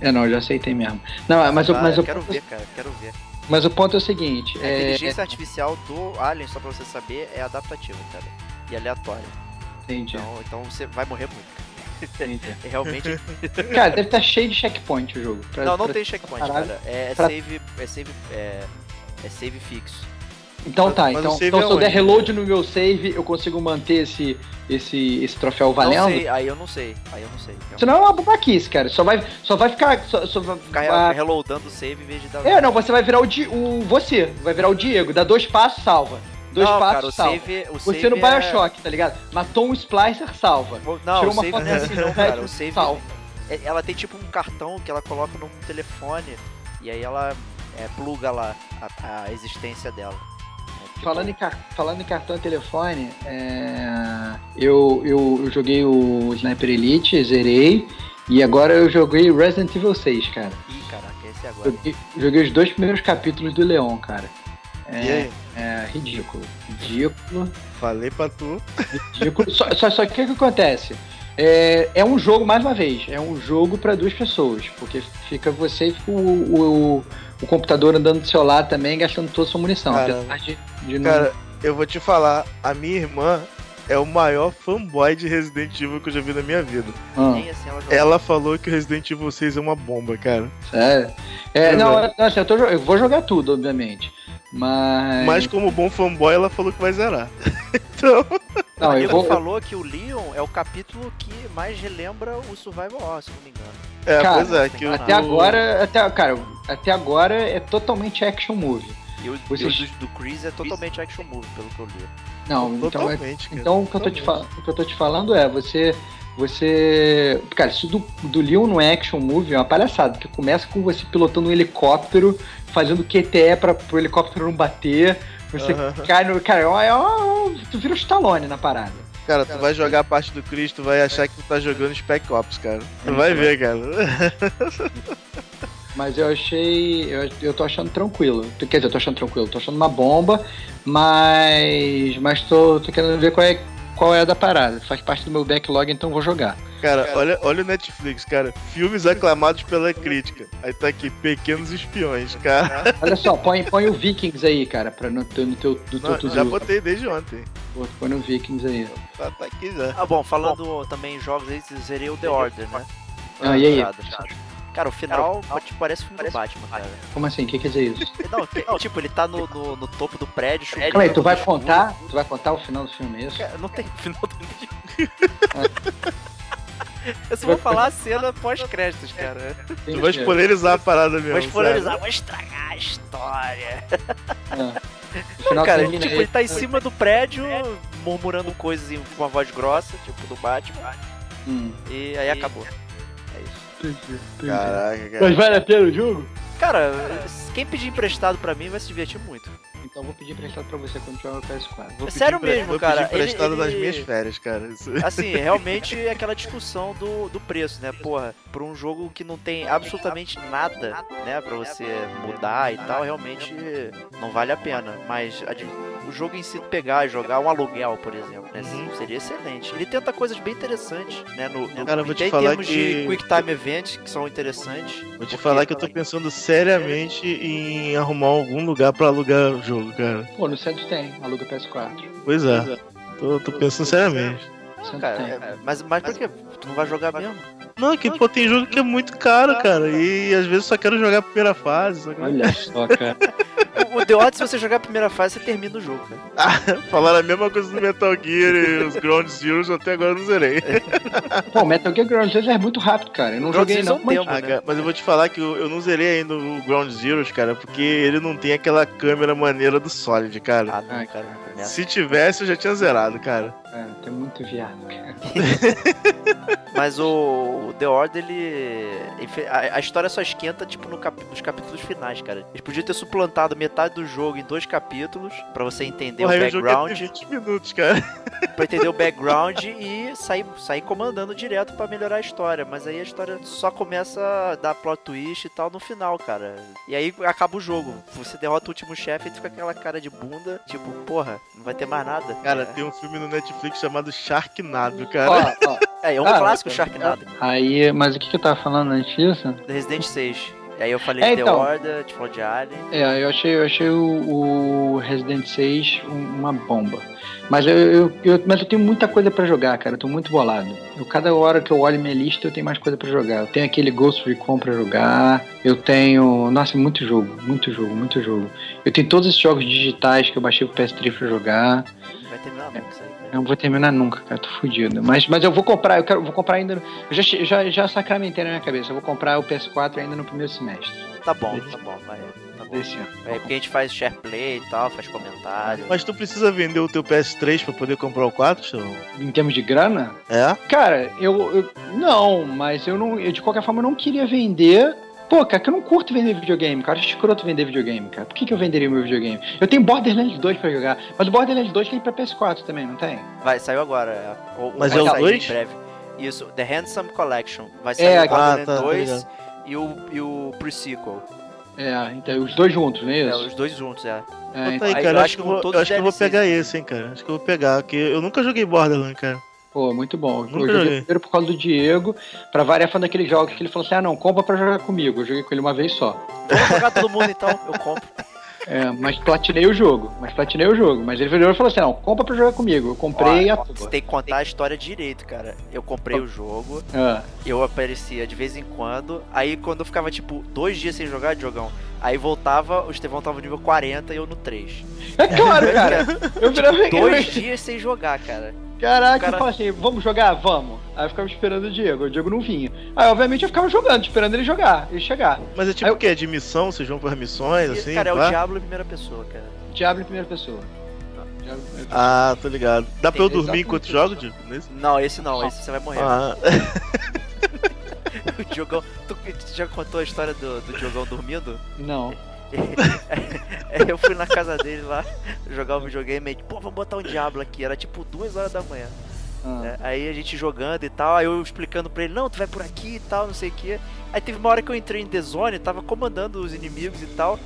É, não, eu já aceitei mesmo. Não, mas, o-
Ah,
mas,
eu
o,
quero ver, cara, quero ver.
mas o ponto é o seguinte.
A
é-
inteligência artificial do Alien, só pra você saber, é adaptativa, cara. E aleatória.
Entendi,
Então, então você vai morrer muito. cara.
entendi.
É Realmente
Cara, deve estar cheio de checkpoint o jogo. Pra-
Não, não
pra-
tem checkpoint,
caralho.
cara. É, é
Pra-
save. É save. É, é save fixo.
Então tá,
Mas o
então,
save
então
é
se eu der
onde?
reload no meu save, eu consigo manter esse, esse, esse troféu
Não
valendo?
sei, aí eu não sei. Aí eu não sei. Eu
Senão é uma babaquice, cara. Só vai, só vai ficar. Só, só vai,
ficar re-
vai-
reloadando o save em vez de dar.
É, não, você vai virar o, Di- o. Você, vai virar o Diego. Dá dois passos, salva. Dois
não,
passos,
cara, o
salva.
save. O
Você
save
no
é-
Bioshock, tá ligado? Matou um Splicer, salva.
Não,
Tirou
o
uma
save
foto
não é assim, não, cara. O save.
Salva.
é- Ela tem tipo um cartão que ela coloca no telefone e aí ela é, pluga lá a, a existência dela. É, tipo,
Falando em, car- falando em cartão e telefone, é, eu, eu, eu joguei o Sniper Elite, zerei. E agora eu joguei Resident Evil 6, cara.
Ih, caraca, esse é agora. hein?
Joguei, joguei os dois primeiros capítulos do Leon, cara. É,
E aí?
é ridículo. Ridículo.
Falei pra tu.
Ridículo. só, só, só que o que que acontece? É, é um jogo, mais uma vez, é um jogo pra duas pessoas. Porque fica você e fica o, o, o computador andando do seu lado também, gastando toda a sua munição.
Caramba.
Apesar de, de não-
Cara, eu vou te falar, a minha irmã é o maior fanboy de Resident Evil que eu já vi na minha vida.
Ah.
Nem assim ela joga.
Ela falou que o Resident Evil 6 é uma bomba, cara.
É. É,
Eu
não,
vou.
eu- não, assim, eu, tô jo- eu vou jogar tudo, obviamente. Mas.
Mas como bom fanboy, ela falou que vai zerar. então,
não,
O
eu vou.
falou que o Leon é o capítulo que mais relembra o Survival Horror, se não me engano.
é,
Cara,
pois é. Que o-
Até
o-
agora. Até, cara, até agora é totalmente action movie.
E o,
Vocês-
e o do, do Chris é totalmente action movie, pelo que eu li.
Não, então, é,
Totalmente, cara.
então o, que eu tô te fal- o que eu tô te falando é, você. Você. Cara, isso do, do Leon no action movie é uma palhaçada, porque começa com você pilotando um helicóptero, fazendo QTE pra, pro helicóptero não bater. Você
Aham.
cai no. Cara, é uma- é uma- tu vira o Stallone na parada.
Cara, tu vai jogar a parte do Chris, tu vai achar que tu tá jogando Spec Ops, cara. Tu vai ver, cara.
Mas eu achei. Eu, eu tô achando tranquilo. Quer dizer, eu tô achando tranquilo, tô achando uma bomba, mas. Mas tô, tô querendo ver qual é, qual é a da parada. Faz parte do meu backlog, então vou jogar.
Cara, olha, olha o Netflix, cara. Filmes aclamados pela crítica. Aí tá aqui, Pequenos Espiões, cara.
Olha só, põe, põe o Vikings aí, cara, pra, no, teu- no teu, do teu
Não,
to-do.
já botei desde ontem.
Pô, Põe no Vikings aí.
Tá, tá aqui já.
Ah, bom, falando
Falando também em jogos aí, zerei o The Order, né?
Ah, e aí?
Nada, nada. Cara, o final tipo, parece o filme do Batman, cara.
Como assim? O que quer dizer isso?
Não, que- tipo, ele tá no, no, no topo do prédio, chutando
Calma aí, tu vai
escuro.
contar? Tu vai contar o final do filme é isso?
Cara, Não tem final do vídeo.
É.
Eu só vou falar a cena pós-créditos, cara.
Tu vai spoilerizar a parada mesmo.
Vou
sabe?
polarizar, vou estragar a história.
O final
cara,
termina
tipo,
aí.
ele tá em cima do prédio, murmurando coisas em- com uma voz grossa, tipo, do Batman.
Hum.
E aí acabou. É isso.
Caraca, cara.
Mas vale a pena o jogo?
Cara, quem pedir emprestado pra mim vai se divertir muito. É
Então vou pedir emprestado pra você quando tiver o PS4.
Vou pedir
sério
empre-
mesmo,
vou
cara.
pedir emprestado
Ele-
nas
ele-
minhas férias, cara. Isso-
Assim, realmente é aquela discussão do, do preço, né? Porra, pra um jogo que não tem absolutamente nada, né? Pra você mudar e tal, realmente não vale a pena. Mas a di- o jogo em si pegar e jogar um aluguel, por exemplo, né?
Uhum.
Seria excelente. Ele tenta coisas bem interessantes, né? No, no-
Cara, eu vou te
tem
falar
termos
que-
de Quick Time Events que são interessantes.
Vou te
Porque-
falar que eu tô pensando seriamente em arrumar algum lugar pra alugar o jogo, cara.
Pô, no centro tem, aluga PS4.
Pois é. Tô, tô pensando seriamente.
No centro
Cara,
tem.
é, mas, mas por quê? Tu não vai jogar mesmo?
Não, tá. que pô, tem jogo que é muito caro, cara. E às vezes só quero jogar a primeira fase. Só quero...
Olha só, cara.
O- O The Odyssey, se você jogar a primeira fase, você termina o jogo, cara.
Falaram a mesma coisa do Metal Gear e os Ground Zeroes, até agora eu não zerei.
Pô, Metal Gear Ground Zeroes é muito rápido, cara. Eu não
Ground
joguei
Zeroes
não,
é um
mas...
tempo.
Ah, cara, mas eu vou te falar que eu, eu não zerei ainda o Ground Zeroes, cara, porque ele não tem aquela câmera maneira do Solid, cara.
Ah, não,
Ai,
cara, não começa.
Se tivesse, eu já tinha zerado, cara.
Cara, tem muito viado, cara.
Mas o, o The Order, ele. ele fe- A, a história só esquenta, tipo, no cap- nos capítulos finais, cara. Eles podiam ter suplantado metade do jogo em dois capítulos, pra você entender
Porra,
o
aí o jogo ia
background.
ter 20 minutos, cara.
pra entender o background e sair, sair comandando direto pra melhorar a história. Mas aí a história só começa a dar plot twist e tal no final, cara. E aí acaba o jogo. Você derrota o último chefe e tu fica com aquela cara de bunda, tipo, porra, não vai ter mais nada. É.
Cara, tem um filme no Netflix chamado Sharknado,
Ó,
cara.
ó.
é, é um
Ah,
clássico
cara.
Sharknado.
Aí, mas o que que eu tava falando antes disso?
The Resident 6. E aí eu falei
É,
de The
então.
Order, te falou de Alien.
É, eu achei, eu achei o, o Resident 6 um- uma bomba. Mas eu, eu- eu- mas eu tenho muita coisa pra jogar, cara. Eu tô muito bolado. Eu, cada hora que eu olho minha lista, eu tenho mais coisa pra jogar. Eu tenho aquele Ghost Recon pra jogar. Eu tenho. Nossa, muito jogo, muito jogo, muito jogo. Eu tenho todos esses jogos digitais que eu baixei pro PS3 pra jogar.
Não vai terminar nunca isso aí, cara.
Eu
É
não vou terminar nunca, cara. Tô fudido. Mas, mas eu vou comprar, eu quero, vou comprar ainda. Eu já, che- já, já sacramentei na minha cabeça. Eu vou comprar o PS4 ainda no primeiro semestre
um
Tá bom, tá bom, vai. Tá bom.
desse ano.
É porque a gente faz share play e tal, faz comentário.
Mas tu precisa vender o teu PS3 pra poder comprar o 4, Chão?
Em termos de grana,
É?
Cara, eu, eu- não, mas eu não, eu, de qualquer forma eu não queria vender. Pô, cara, que eu não curto vender videogame, cara. Eu Acho escroto vender videogame, cara. Por que, que eu venderia meu videogame? Eu tenho Borderlands 2 pra jogar, mas o Borderlands 2 tem pra PS4 também, não tem?
Vai, saiu agora. é. O-
Mas
vai
é o
sair
dois?
Em breve. Isso, The Handsome Collection. Vai
É,
sair o
aqui.
Ah, tá,
Borderlands
tá
2 e o, e o pre-sequel.
É, então, os dois juntos, não é
É,
isso?
os dois juntos, é.
É,
Tá
então,
aí,
Aí,
cara.
eu
Eu
acho
acho que eu
que
vou,
todos
eu acho que eu vou
DLCs.
pegar esse, hein, cara. Acho que eu vou pegar, porque eu nunca joguei Borderlands, cara.
pô, muito bom. Eu
Nunca
joguei
joguei.
primeiro por causa do Diego, pra variar fã daqueles jogos que ele falou assim: ah, não, compra pra jogar comigo. Eu joguei com ele uma vez só.
Vamos jogar todo mundo então, eu compro.
É, mas platinei o jogo, mas platinei o jogo. Mas ele virou e falou assim: não, compra pra jogar comigo. Eu comprei
Ó,
a
Você tem que contar a história direito, cara. Eu comprei o jogo,
Ah,
eu aparecia de vez em quando. Aí quando eu ficava, tipo, dois dias sem jogar, jogão. Aí voltava, o Estevão tava no nível 40 e eu no 3.
É claro, cara. Eu virava
Dois dias sem jogar, cara.
Caraca,
O cara-
eu falava assim, vamos jogar? Vamos. Aí eu ficava esperando o Diego, o Diego não vinha. Aí, obviamente, eu ficava jogando, esperando ele jogar, ele chegar.
Mas é tipo
Aí eu-
o quê? De missão? Vocês vão por missões,
E,
assim?
cara, é o
pá?
Diablo em primeira pessoa, cara.
Diablo em primeira pessoa. Diablo em primeira pessoa.
Ah, tô ligado. Dá pra eu
Tem-
dormir
exatamente.
enquanto jogo, Diego? Nesse?
Não, esse não, esse você vai morrer.
Ah,
O Diogão. Tu tu já contou a história do, do Diogão dormindo?
Não.
É, Eu fui na casa dele lá jogar um videogame e pô, vamos botar um Diablo aqui. Era tipo duas horas da manhã.
Ah.
né? Aí a gente jogando e tal, aí eu explicando pra ele, não, tu vai por aqui e tal, não sei o que. Aí teve uma hora que eu entrei em The Zone, tava comandando os inimigos e tal.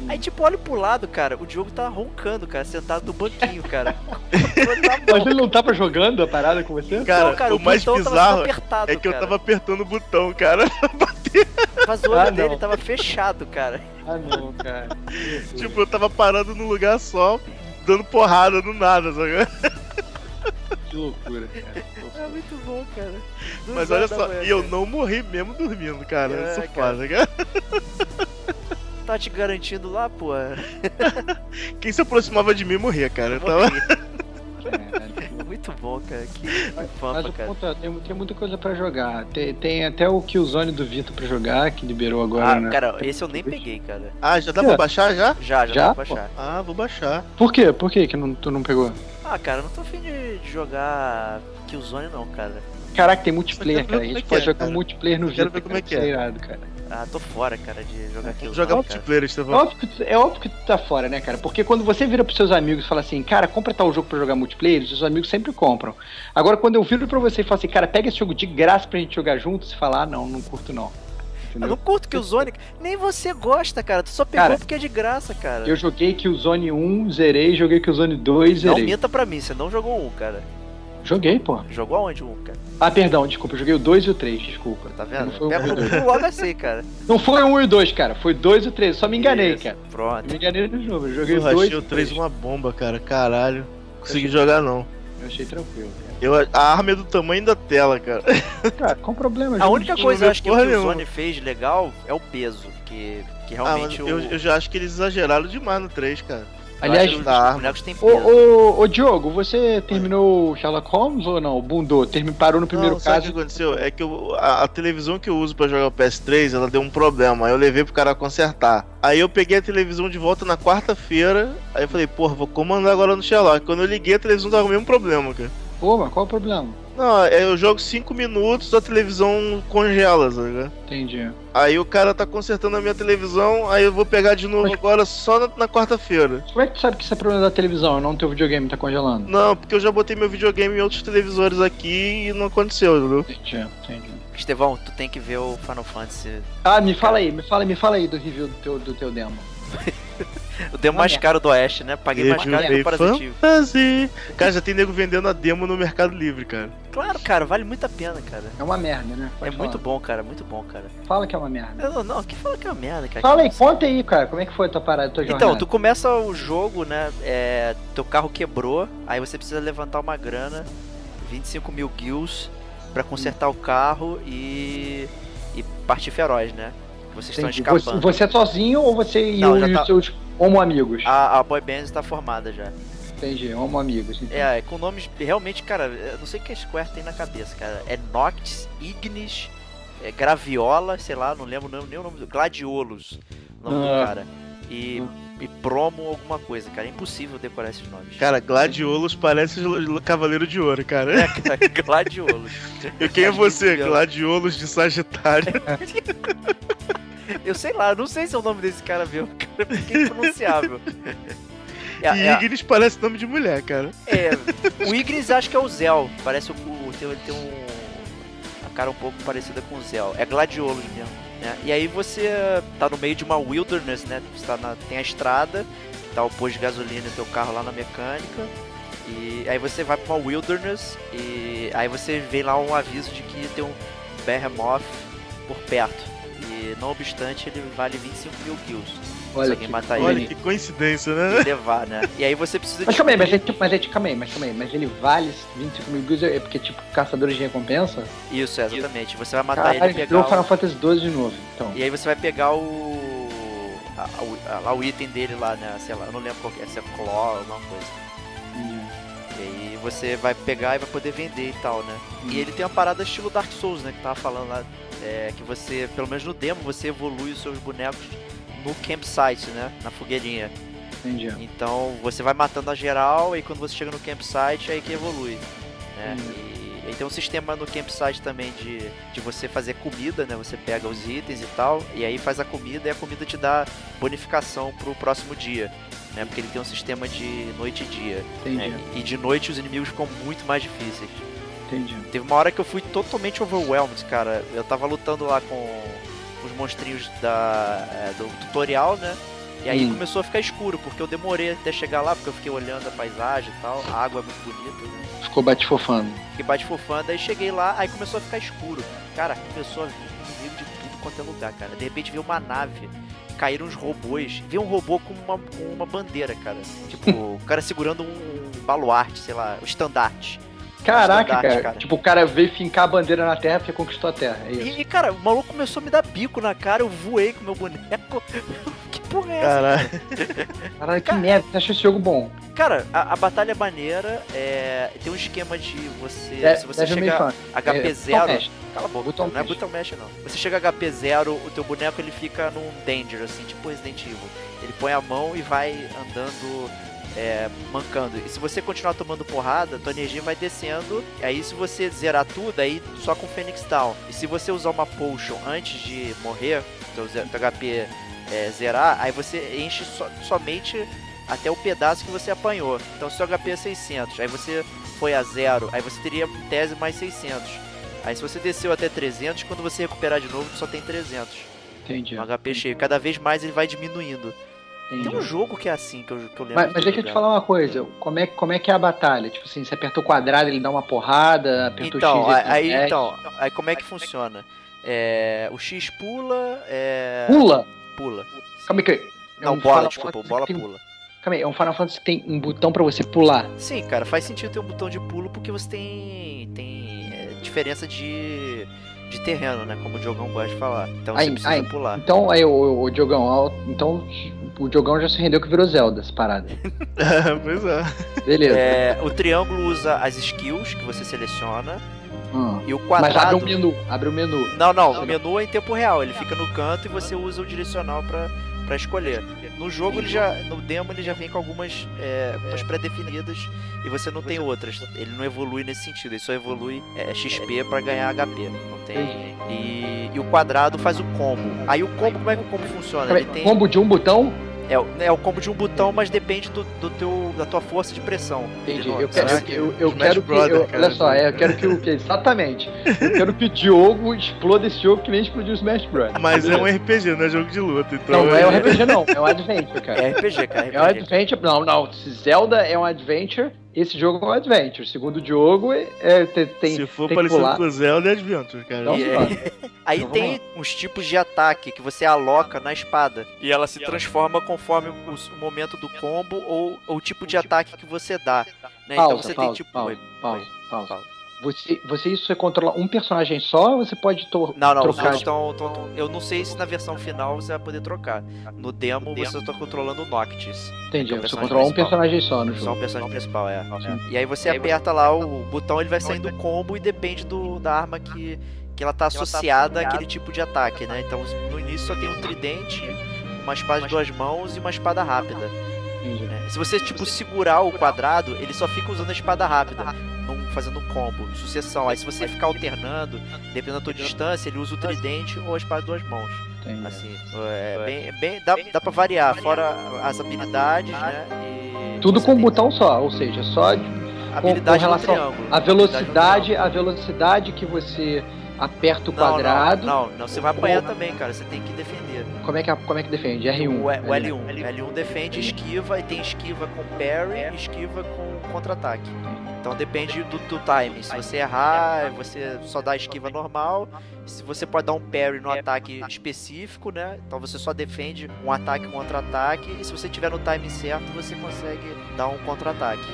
Hum.
Aí, tipo, olha pro lado, cara, o Diogo tá roncando, cara, sentado no banquinho, cara. Com o controle na mão.
Mas ele não tava jogando a parada com você?
Cara,
Não, Então, cara,
o mais
botão
bizarro
tava apertado,
É que eu
cara.
tava apertando o botão, cara.
Mas o olho
Ah, não.
dele tava fechado, cara.
Ah, não, cara.
tipo, eu tava parado num lugar só, dando porrada do nada, sabe?
que loucura, cara. que loucura.
É muito bom, cara. Duas
Mas olha
horas da
só,
manhã,
e eu
cara.
não morri mesmo dormindo, cara.
né? É,
Isso
cara.
foda, cara.
Tá te garantindo lá, pô.
Quem se aproximava de mim morria, cara. Eu tava...
Caralho.
Muito bom, cara. Que, que
né? Tipo, Mas
pampa,
o
cara.
ponto é, tem, tem muita coisa pra jogar. Tem, tem até o Killzone do Vitor pra jogar, que liberou agora,
Ah,
né?
cara, esse eu nem peguei, cara.
Ah, já dá pra
É.
baixar já?
Já, já,
Já,
dá pra baixar.
Ah, vou baixar.
Por quê? Por quê que não- tu não pegou?
Ah, cara, eu não tô afim de, de jogar Killzone, não, cara.
Caraca, tem multiplayer,
Eu quero
cara. A
ver como é
gente
que
pode
é,
jogar
cara.
um multiplayer no
Eu
Vitor.
quero ver como é que é.
Isso irado, cara.
Ah, tô fora, cara, de jogar Killzone.
Jogar
cara.
multiplayer,
É
Estevão.
óbvio, que, tu- é óbvio que tu tá fora, né, cara? Porque quando você vira pros seus amigos e fala assim, cara, compra tal jogo pra jogar multiplayer, os seus amigos sempre compram. Agora, quando eu viro pra você e falo assim, cara, pega esse jogo de graça pra gente jogar junto, você fala, ah, não, não curto não.
Eu
Entendeu?
não curto Killzone. Nem você gosta, cara. Tu só pegou
Cara,
porque é de graça, cara.
Eu joguei Killzone 1, zerei, joguei Killzone 2,
um
Não
zerei.
minta pra mim, você não jogou um, cara.
Joguei, pô.
Jogou aonde um, cara?
Ah, perdão, desculpa, eu joguei o 2 e o 3, desculpa.
Tá vendo?
Não foi
Pega
um e
no
dois.
cu logo assim, cara.
Não foi um e o 2, cara, foi 2 e o 3, só me enganei,
Isso,
cara. Eu
Pronto.
Me enganei no jogo, eu joguei
Eu
o 2
achei
e
o
o
3
3.
uma bomba, cara. Caralho. Não Consegui jogar, não.
Eu achei tranquilo, cara.
Eu, a arma é do tamanho da tela, cara.
Cara, qual o problema?
A única
não
coisa
vê
eu acho que o
porra
Killzone
nenhuma.
fez legal é o peso. Que, que
Ah, mas
realmente
eu,
o.
eu já acho que eles exageraram demais no 3, cara.
Aliás,
acho
os
da arma.
bonecos têm peso.
Ô, ô, ô Diogo, você terminou o Sherlock Holmes ou não? Bundou, termi- parou no primeiro
não, sabe o
caso.
que aconteceu? É que eu- a, a televisão que eu uso pra jogar o PS3, ela deu um problema. Aí eu levei pro cara consertar. Aí eu peguei a televisão de volta na quarta-feira. Aí eu falei, porra, vou comandar agora no Sherlock. Quando eu liguei, a televisão tava com o mesmo problema, cara.
Pô, mas qual o problema?
Não, é, eu jogo 5 minutos, a televisão congela, sabe?
Entendi.
Aí o cara tá consertando a minha televisão, aí eu vou pegar de novo agora só na, na quarta-feira.
Como é que tu sabe que isso é problema da televisão, não teu videogame tá congelando?
Não, porque eu já botei meu videogame em outros televisores aqui e não aconteceu, entendeu?
Entendi, entendi.
Estevão, tu tem que ver o Final Fantasy.
Ah, me fala aí, me fala, me fala aí do review do teu, do teu demo.
Eu dei o mais
merda.
caro do Oeste, né? Paguei mais
Review
caro que
bem
o Parasitivo.
Fantasy. Cara, já tem nego vendendo a demo no Mercado Livre, cara.
Claro, cara, vale muito a pena, cara.
É uma merda, né?
É
Pode
muito
falar.
bom, cara, muito bom, cara.
Fala que é uma merda.
Eu não, não, que fala que é uma merda, cara.
Fala aí,
Que-
conta aí, cara, como é que foi a tua parada, tua jornada?
Então, tu começa o jogo, né? É, teu carro quebrou, aí você precisa levantar uma grana, 25 mil guilds, pra consertar o carro e. e partir feroz, né? Que Vocês estão
Entendi.
escapando.
Você, você é sozinho ou você e
Não,
os
já tá- Ah.
seus homo amigos?
A, a boy band está formada já.
Entendi, homo amigos. entendi.
É, com nomes realmente, cara, eu não sei o que a Square tem na cabeça, cara. É Noctis, Ignis, é Graviola, sei lá, não lembro nem, nem o nome do. Gladiolos, o nome do
Ah.
cara. E, e Promo alguma coisa, cara. É impossível decorar esses nomes.
Cara, Gladiolos parece l- l- Cavaleiro de Ouro, cara.
É, cara, Gladiolos.
E quem é você?
Gladiolos.
Gladiolos de Sagitário.
Eu sei lá, eu não sei se é o nome desse cara mesmo, cara, porque é impronunciável. É,
E
é,
Ignis parece nome de mulher, cara.
é, o Ignis acho que é o Zel, parece o, o tem, ele tem um a cara um pouco parecida com o Zel. É gladiolos mesmo, né? E aí você tá no meio de uma wilderness, né? Você tá na- tem a estrada, tá o posto de gasolina e teu carro lá na mecânica. E aí você vai pra uma wilderness e aí você vê lá um aviso de que tem um Behemoth por perto. E não obstante, ele vale 25 mil kills.
Olha
se alguém
que-
matar
Olha
ele
que coincidência, né?
e levar, né? E aí você precisa
Mas calma aí, mas,
descobrir-
é, tipo, mas é, tipo, calma aí, mas calma aí, mas ele vale 25 mil guilds, é porque tipo caçadores de recompensa?
Isso, é, exatamente. Você vai matar
Caralho,
ele e
virou
pegar. um-
Final
O...
Fantasy 12 de novo, então.
E aí você vai pegar o. a- a- o- a- lá o item dele lá, né? Sei lá, eu não lembro qual que é, se é claw, alguma coisa.
Hum,
E aí você vai pegar e vai poder vender e tal, né? E ele tem uma parada estilo Dark Souls, né? Que tava falando lá. É, que você, pelo menos no demo, você evolui os seus bonecos no campsite, né? Na fogueirinha.
Entendi.
Então você vai matando a geral e quando você chega no campsite é aí que evolui. Né? E, e tem um sistema no campsite também de, de você fazer comida, né? Você pega os itens e tal, e aí faz a comida e a comida te dá bonificação pro próximo dia. Né? Porque ele tem um sistema de noite e dia.
Entendi,
né? E de noite os inimigos ficam muito mais difíceis.
entendi.
Teve uma hora que eu fui totalmente overwhelmed, cara. Eu tava lutando lá com os monstrinhos da, é, do tutorial, né? E aí
Hum.
começou a ficar escuro, porque eu demorei até chegar lá, porque eu fiquei olhando a paisagem e tal. A água é muito bonita, né?
Ficou batifofando.
Fiquei bate-fofando, aí cheguei lá, aí começou a ficar escuro. Cara, começou a vir inimigo de tudo quanto é lugar, cara. De repente veio uma nave, caíram uns robôs. Veio um robô com uma, com uma bandeira, cara. Tipo, o cara segurando um, um baluarte, sei lá, o estandarte.
Caraca,
Estandarte,
cara.
cara.
Tipo, o cara veio fincar a bandeira na terra porque conquistou a terra. É isso.
E, e, cara, o maluco começou a me dar bico na cara, eu voei com meu boneco. que porra é essa?
Caralho.
Caralho, que
Cara-
merda. Você achou esse jogo bom?
Cara, a, a batalha é maneira é, tem um esquema de você.
É,
se você
Devil May
chegar
Cry.
HP
Tom
0,
Hanks.
Cala a boca,
Button
não é
mash.
button mash não. Você chega a HP 0, o teu boneco ele fica num danger, assim, tipo Resident Evil. Ele põe a mão e vai andando, é, mancando. E se você continuar tomando porrada, tua energia vai descendo. E aí se você zerar tudo, aí só com Phoenix Down. E se você usar uma potion antes de morrer, teu, ze- teu HP é, zerar, aí você enche so- somente até o pedaço que você apanhou. Então seu HP é 600, aí você foi a zero, aí você teria em tese mais 600. Aí se você desceu até 300, quando você recuperar de novo, tu só tem 300.
Entendi.
Um HP cheio. Cada vez mais ele vai diminuindo.
entendi.
Tem um jogo que é assim, que eu, que eu lembro.
Mas,
de
mas deixa eu te
jogar.
falar uma coisa, como é, como é que é a batalha? Tipo assim, você apertou o quadrado, ele dá uma porrada, apertou o
Então, aí,
X, ele dá
aí,
dez.
então, aí como é que funciona? É, o X pula, é,
Pula!
pula.
Calma aí, que- é
Não,
um
bola,
Final
desculpa, o
Fantasy
bola
que tem-
pula.
Calma aí, é um Final Fantasy que tem um botão pra você pular.
Sim, cara, faz sentido ter um botão de pulo porque você tem. tem é, diferença de. de terreno, né? Como o Diogão gosta de falar. Então
Aí,
você precisa
aí.
pular.
Então, aí, o, o, o Diogão, ó, então o Diogão já se rendeu que virou Zelda, essa parada.
pois é.
Beleza.
É, o triângulo usa as skills que você seleciona.
Hum.
E o
Mas abre
quadrado.
o menu, abre o menu.
Não, não,
Não.
o menu é em tempo real, ele fica no canto e você usa o direcional pra, pra escolher. No jogo ele já. No demo ele já vem com algumas, é, algumas pré-definidas e você não tem outras. Ele não evolui nesse sentido, ele só evolui é, XP pra ganhar HP. Não tem. E, e o quadrado faz o combo. Aí o combo, como é que o combo funciona?
Calma
Ele
aí,
tem.
Combo de um botão?
É, o- é o combo de um botão, mas depende do, do teu, da tua força de pressão. Ele
Entendi.
não- é um
Eu quero,
Será
eu, eu
Smash
quero que.
Brother,
eu-
cara,
olha só,
isso.
é, eu quero que o que? Exatamente. Eu quero que o Diogo exploda esse jogo que nem explodiu o Smash Bros.
Mas é um RPG, não é jogo de luta, então.
Não, não é um RPG, não. É um adventure, cara.
É RPG, cara.
É um
RPG.
adventure. Não, não. Se Zelda é um adventure, esse jogo é um adventure. Segundo o Diogo, é, é, tem. tem-
Se for
que
parecido
pular. Então,
com o Zelda, é Adventure, cara.
Não,
E é-
mano.
Aí
Então
tem uns tipos de ataque que você aloca na espada. E ela se transforma conforme o, s- o momento do combo ou, ou o tipo de ataque que você dá. né? Então
Pausa,
você tem
pausa,
tipo.
pausa, pausa, pausa.
Pausa.
Você, você isso você controla um personagem só ou você pode tor
Não, não, os
trocar?
outros estão. Eu não sei se na versão final você vai poder trocar. No demo você está controlando o Noctis.
Entendi.
é o
Você
personagem
controla um
principal.
personagem só no
Só o
jogo.
personagem principal, é. É. E aí você aperta lá o botão, ele vai saindo do combo e depende do, da arma que, que ela tá associada àquele tipo de ataque, né? Então no início só tem um tridente, uma espada de duas mãos e uma espada rápida.
Entendi.
né? Se você, tipo, segurar o quadrado, ele só fica usando a espada rápida, não fazendo combo, sucessão. Aí se você ficar alternando, Então, assim, dependendo da tua distância, ele usa o tridente ou a espada de duas mãos.
Entendi.
Assim, é bem, é bem- dá, dá pra variar, fora as habilidades, né? E
Tudo
você
com um
tem
botão só, ou seja, só de- com
habilidade no
relação
triângulo.
a
Habilidade
velocidade, a velocidade que você aperta
no
o
triângulo. Não, não,
quadrado. né?
Não, não, você vai apanhar também, cara. Você tem que defender.
Como é que como é que defende? R1.
O, o L1. L1 defende, esquiva e tem esquiva com parry e esquiva com contra-ataque. Então depende do, do time. Se você errar, você só dá esquiva normal. Se você pode dar um parry no ataque específico, né? Então você só defende um ataque com contra-ataque. E se você tiver no time certo, você consegue dar um contra-ataque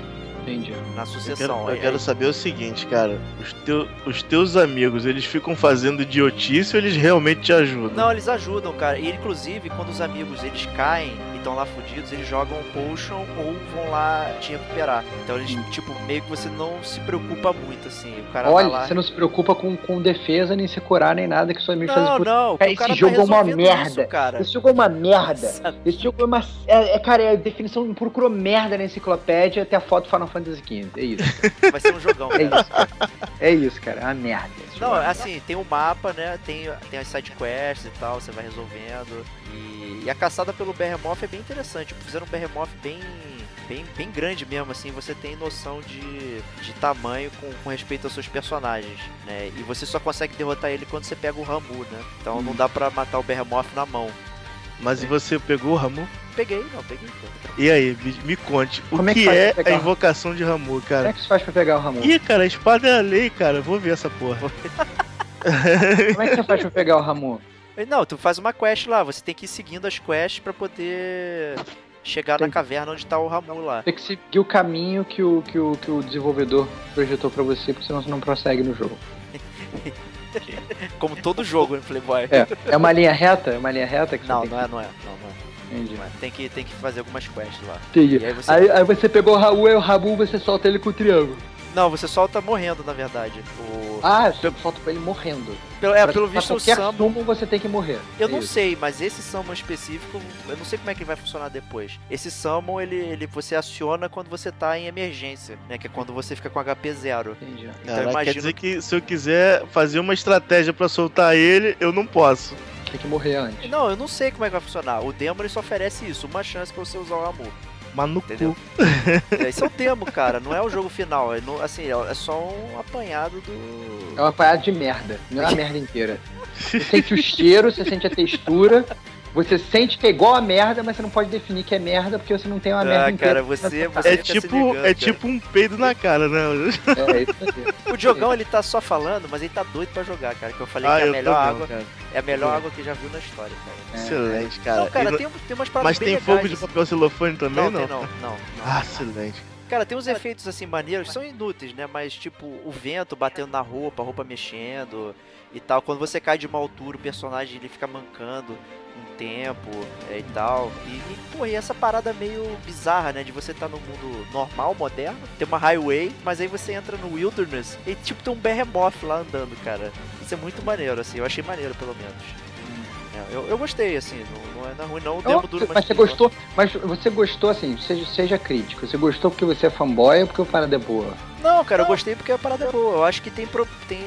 Entendi.
na
Eu quero,
sucessão.
eu
Aí-
quero saber o seguinte, cara. Os, teu- os teus amigos, eles ficam fazendo idiotice ou eles realmente te ajudam?
Não, eles ajudam, cara. E inclusive, quando os amigos eles caem e estão lá fudidos, eles jogam um potion ou vão lá te recuperar. Então eles,
Hum.
tipo, meio que você não se preocupa muito, assim. O cara
Olha,
vai lá.
você não se preocupa com, com defesa, nem se curar, nem nada que sua amigo faz
Não,
por...
não,
Cara,
o cara
esse jogo é
tá
uma
resolvendo
merda.
Isso, cara.
Esse jogo é uma merda. Esse jogo é uma. É, é, cara, é a definição. Procurou merda na enciclopédia até a foto Final Fantasy XV. É isso.
Vai ser um jogão.
É
cara.
isso, cara. É isso, cara. É uma merda. esse
Não,
jogo.
assim, tem o mapa, né? Tem, tem as side quests e tal, você vai resolvendo. E, e a caçada pelo Behemoth é bem interessante. Tipo, fizeram um Behemoth bem, bem, bem grande mesmo, assim. Você tem noção de, de tamanho com, com respeito aos seus personagens, né? Uhum. E você só consegue derrotar ele quando você pega o Ramu, né? Então não dá pra matar o Behemoth na mão.
Mas e você pegou o Ramu?
Peguei, não, peguei. pô.
E aí, me, me conte, o
Como é que
que,
faz
é
pra pegar?
a invocação de Ramu,
Como
cara?
é que se faz pra pegar o Ramu?
Ih, cara, a espada é a lei, cara. eu Vou ver essa porra.
Como é que você faz pra pegar o Ramu?
Ele, Não, tu faz uma quest lá, você tem que ir seguindo as quests pra poder chegar na
Entendi.
caverna onde tá o Ramu lá.
Tem que seguir o caminho que o, que o, que o desenvolvedor projetou pra você, porque senão você não prossegue no jogo.
Como todo jogo em Playboy.
É uma linha reta? É uma linha reta que você
Não,
tem que...
não é, não é. Não, não é.
Entendi.
Não é. Tem, que, tem que fazer algumas quests lá.
Entendi.
E aí você.
Aí, aí você pegou o Raul, aí o Rabu você solta ele com o triângulo.
Não, você solta morrendo, na verdade. O...
Ah, você solta pra ele morrendo.
pelo, é,
Pra-
pelo
pra
visto o
qualquer
Samu.
sumo você tem que morrer. É
Eu não
Isso.
sei, mas esse summon específico, eu não sei como é que ele vai funcionar depois. Esse summon, ele, ele você aciona quando você tá em emergência, né? Que é quando você fica com HP zero.
Entendi.
Então
Caraca,
imagino
Quer dizer que se eu quiser fazer uma estratégia pra soltar ele, eu não posso.
Tem que morrer antes.
Não, eu não sei como é que vai funcionar. O demo ele só oferece isso, uma chance pra você usar o Ramu.
Mas no
Entendeu?
cu.
É, Esse é o demo, cara, não é o jogo final. É no- assim, é é só um apanhado do.
É uma parada de merda. Não é a merda inteira. assim. Você sente o cheiro, você sente a textura. Você sente que é igual a merda, mas você não pode definir que é merda porque você não tem uma merda
Ah,
inteira.
cara, você. você
É
fica tá se
tipo,
ligando,
é
cara.
tipo um peido na cara, né?
É isso aí.
O Diogão, ele tá só falando, mas ele tá doido pra jogar, cara. Que eu falei
Ah,
que é a
eu tô
melhor
bom,
água.
cara.
É a melhor água que já viu na história, cara.
Excelente, cara.
Não, cara,
E-
tem, tem umas paradas
Mas
bem
tem fogo de
legais. assim.
papel celofane também,
Não,
não?
tem não, não. não.
Ah, excelente.
Cara, tem uns efeitos assim maneiros, são inúteis, né? Mas tipo, o vento batendo na roupa, a roupa mexendo e tal. Quando você cai de uma altura, o personagem ele fica mancando um tempo é, e tal. E, e, pô, e essa parada meio bizarra, né? De você tá no mundo normal, moderno, tem uma highway, mas aí você entra no wilderness e tipo tem um behemoth lá andando, cara. Isso é muito maneiro, assim. Eu achei maneiro, pelo menos.
Hum.
É, eu, eu gostei, assim. Não, não é, não é ruim, não. O demo dura
Mas você
três horas.
gostou, mas você gostou assim, seja, seja crítico. Você gostou porque você é fanboy ou porque o parada é boa?
Não, cara, eu gostei porque a parada é boa. Eu acho que tem. Pro... tem...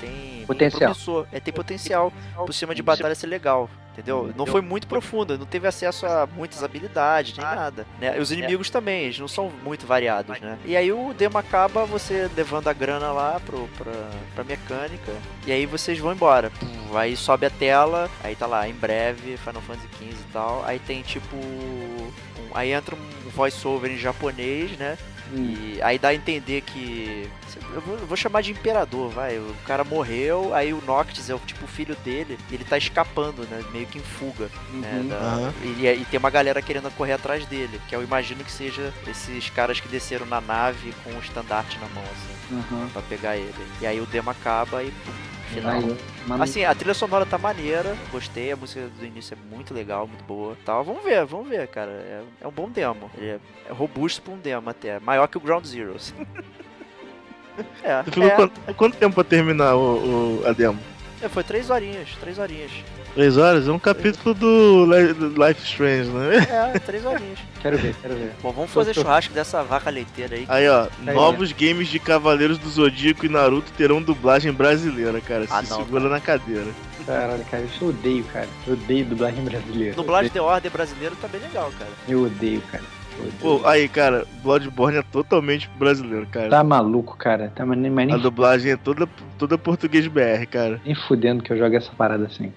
tem.
Potencial.
promissor. É, tem potencial pro sistema de batalha ser legal. Entendeu? Não foi muito profunda, não teve acesso a muitas habilidades, nem nada. Né? E os inimigos também, eles não são muito variados, né? E aí o demo acaba você levando a grana lá pro, pra, pra mecânica, e aí vocês vão embora. Pum, Aí sobe a tela, aí tá lá, em breve, Final Fantasy XV e tal. Aí tem tipo. um- Aí entra um voice-over em japonês, né?
Hum,
E aí dá a entender que. Eu vou, eu vou chamar de imperador, vai. O cara morreu, aí o Noctis é o tipo o filho dele, e ele tá escapando, né? Meio que em fuga. Né,
Uhum.
da- e, e tem uma galera querendo correr atrás dele, que eu imagino que seja esses caras que desceram na nave com o estandarte na mão, assim,
Uhum.
pra pegar ele. E aí o demo acaba e. pum, final.
Aí, mano,
Assim, a trilha sonora tá maneira, gostei, a música do início é muito legal, muito boa e tal. Vamos ver, vamos ver, cara. É, é um bom demo. Ele é, é robusto pra um demo até. Maior que o Ground Zeroes. é,
Tu ficou
é.
quanto, quanto tempo pra terminar o, o- a demo?
É, foi três horinhas, três horinhas.
Três horas? É um capítulo do Li- do Life is Strange, né?
É, três horinhas.
quero ver, quero ver.
Bom, vamos fazer um Ah, churrasco dessa vaca leiteira aí.
Aí, ó,
Tá aí,
novos games de Cavaleiros do Zodíaco e Naruto terão dublagem brasileira, cara. Se
Ah, não,
segura na cadeira.
Caralho, cara, isso eu odeio, cara. Eu odeio dublagem brasileira.
Dublagem de ordem brasileiro tá bem legal, cara.
Eu odeio, cara. Eu odeio.
Pô, aí, cara, Bloodborne é totalmente brasileiro, cara.
Tá maluco, cara. Tá, mas nem, mas
A
nem,
dublagem é toda, toda português BR, cara.
nem fudendo que eu jogo essa parada assim.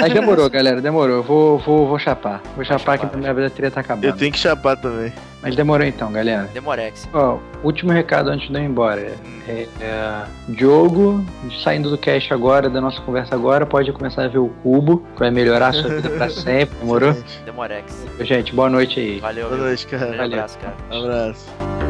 Mas demorou, galera. Demorou. Eu vou, vou, vou chapar. Vou chapar que a primeira vez a trilha tá acabando.
Eu tenho que chapar também.
Mas demorou então, galera.
Demorex.
Ó, último recado antes de eu ir embora. É, é, Diogo, saindo do cast agora, da nossa conversa agora, pode começar a ver o cubo, que vai melhorar a sua vida pra sempre, demorou?
Gente,
Demorex.
Gente, boa noite aí.
É. Valeu,
Boa
meu.
noite, cara.
Um abraço, cara.
Um abraço.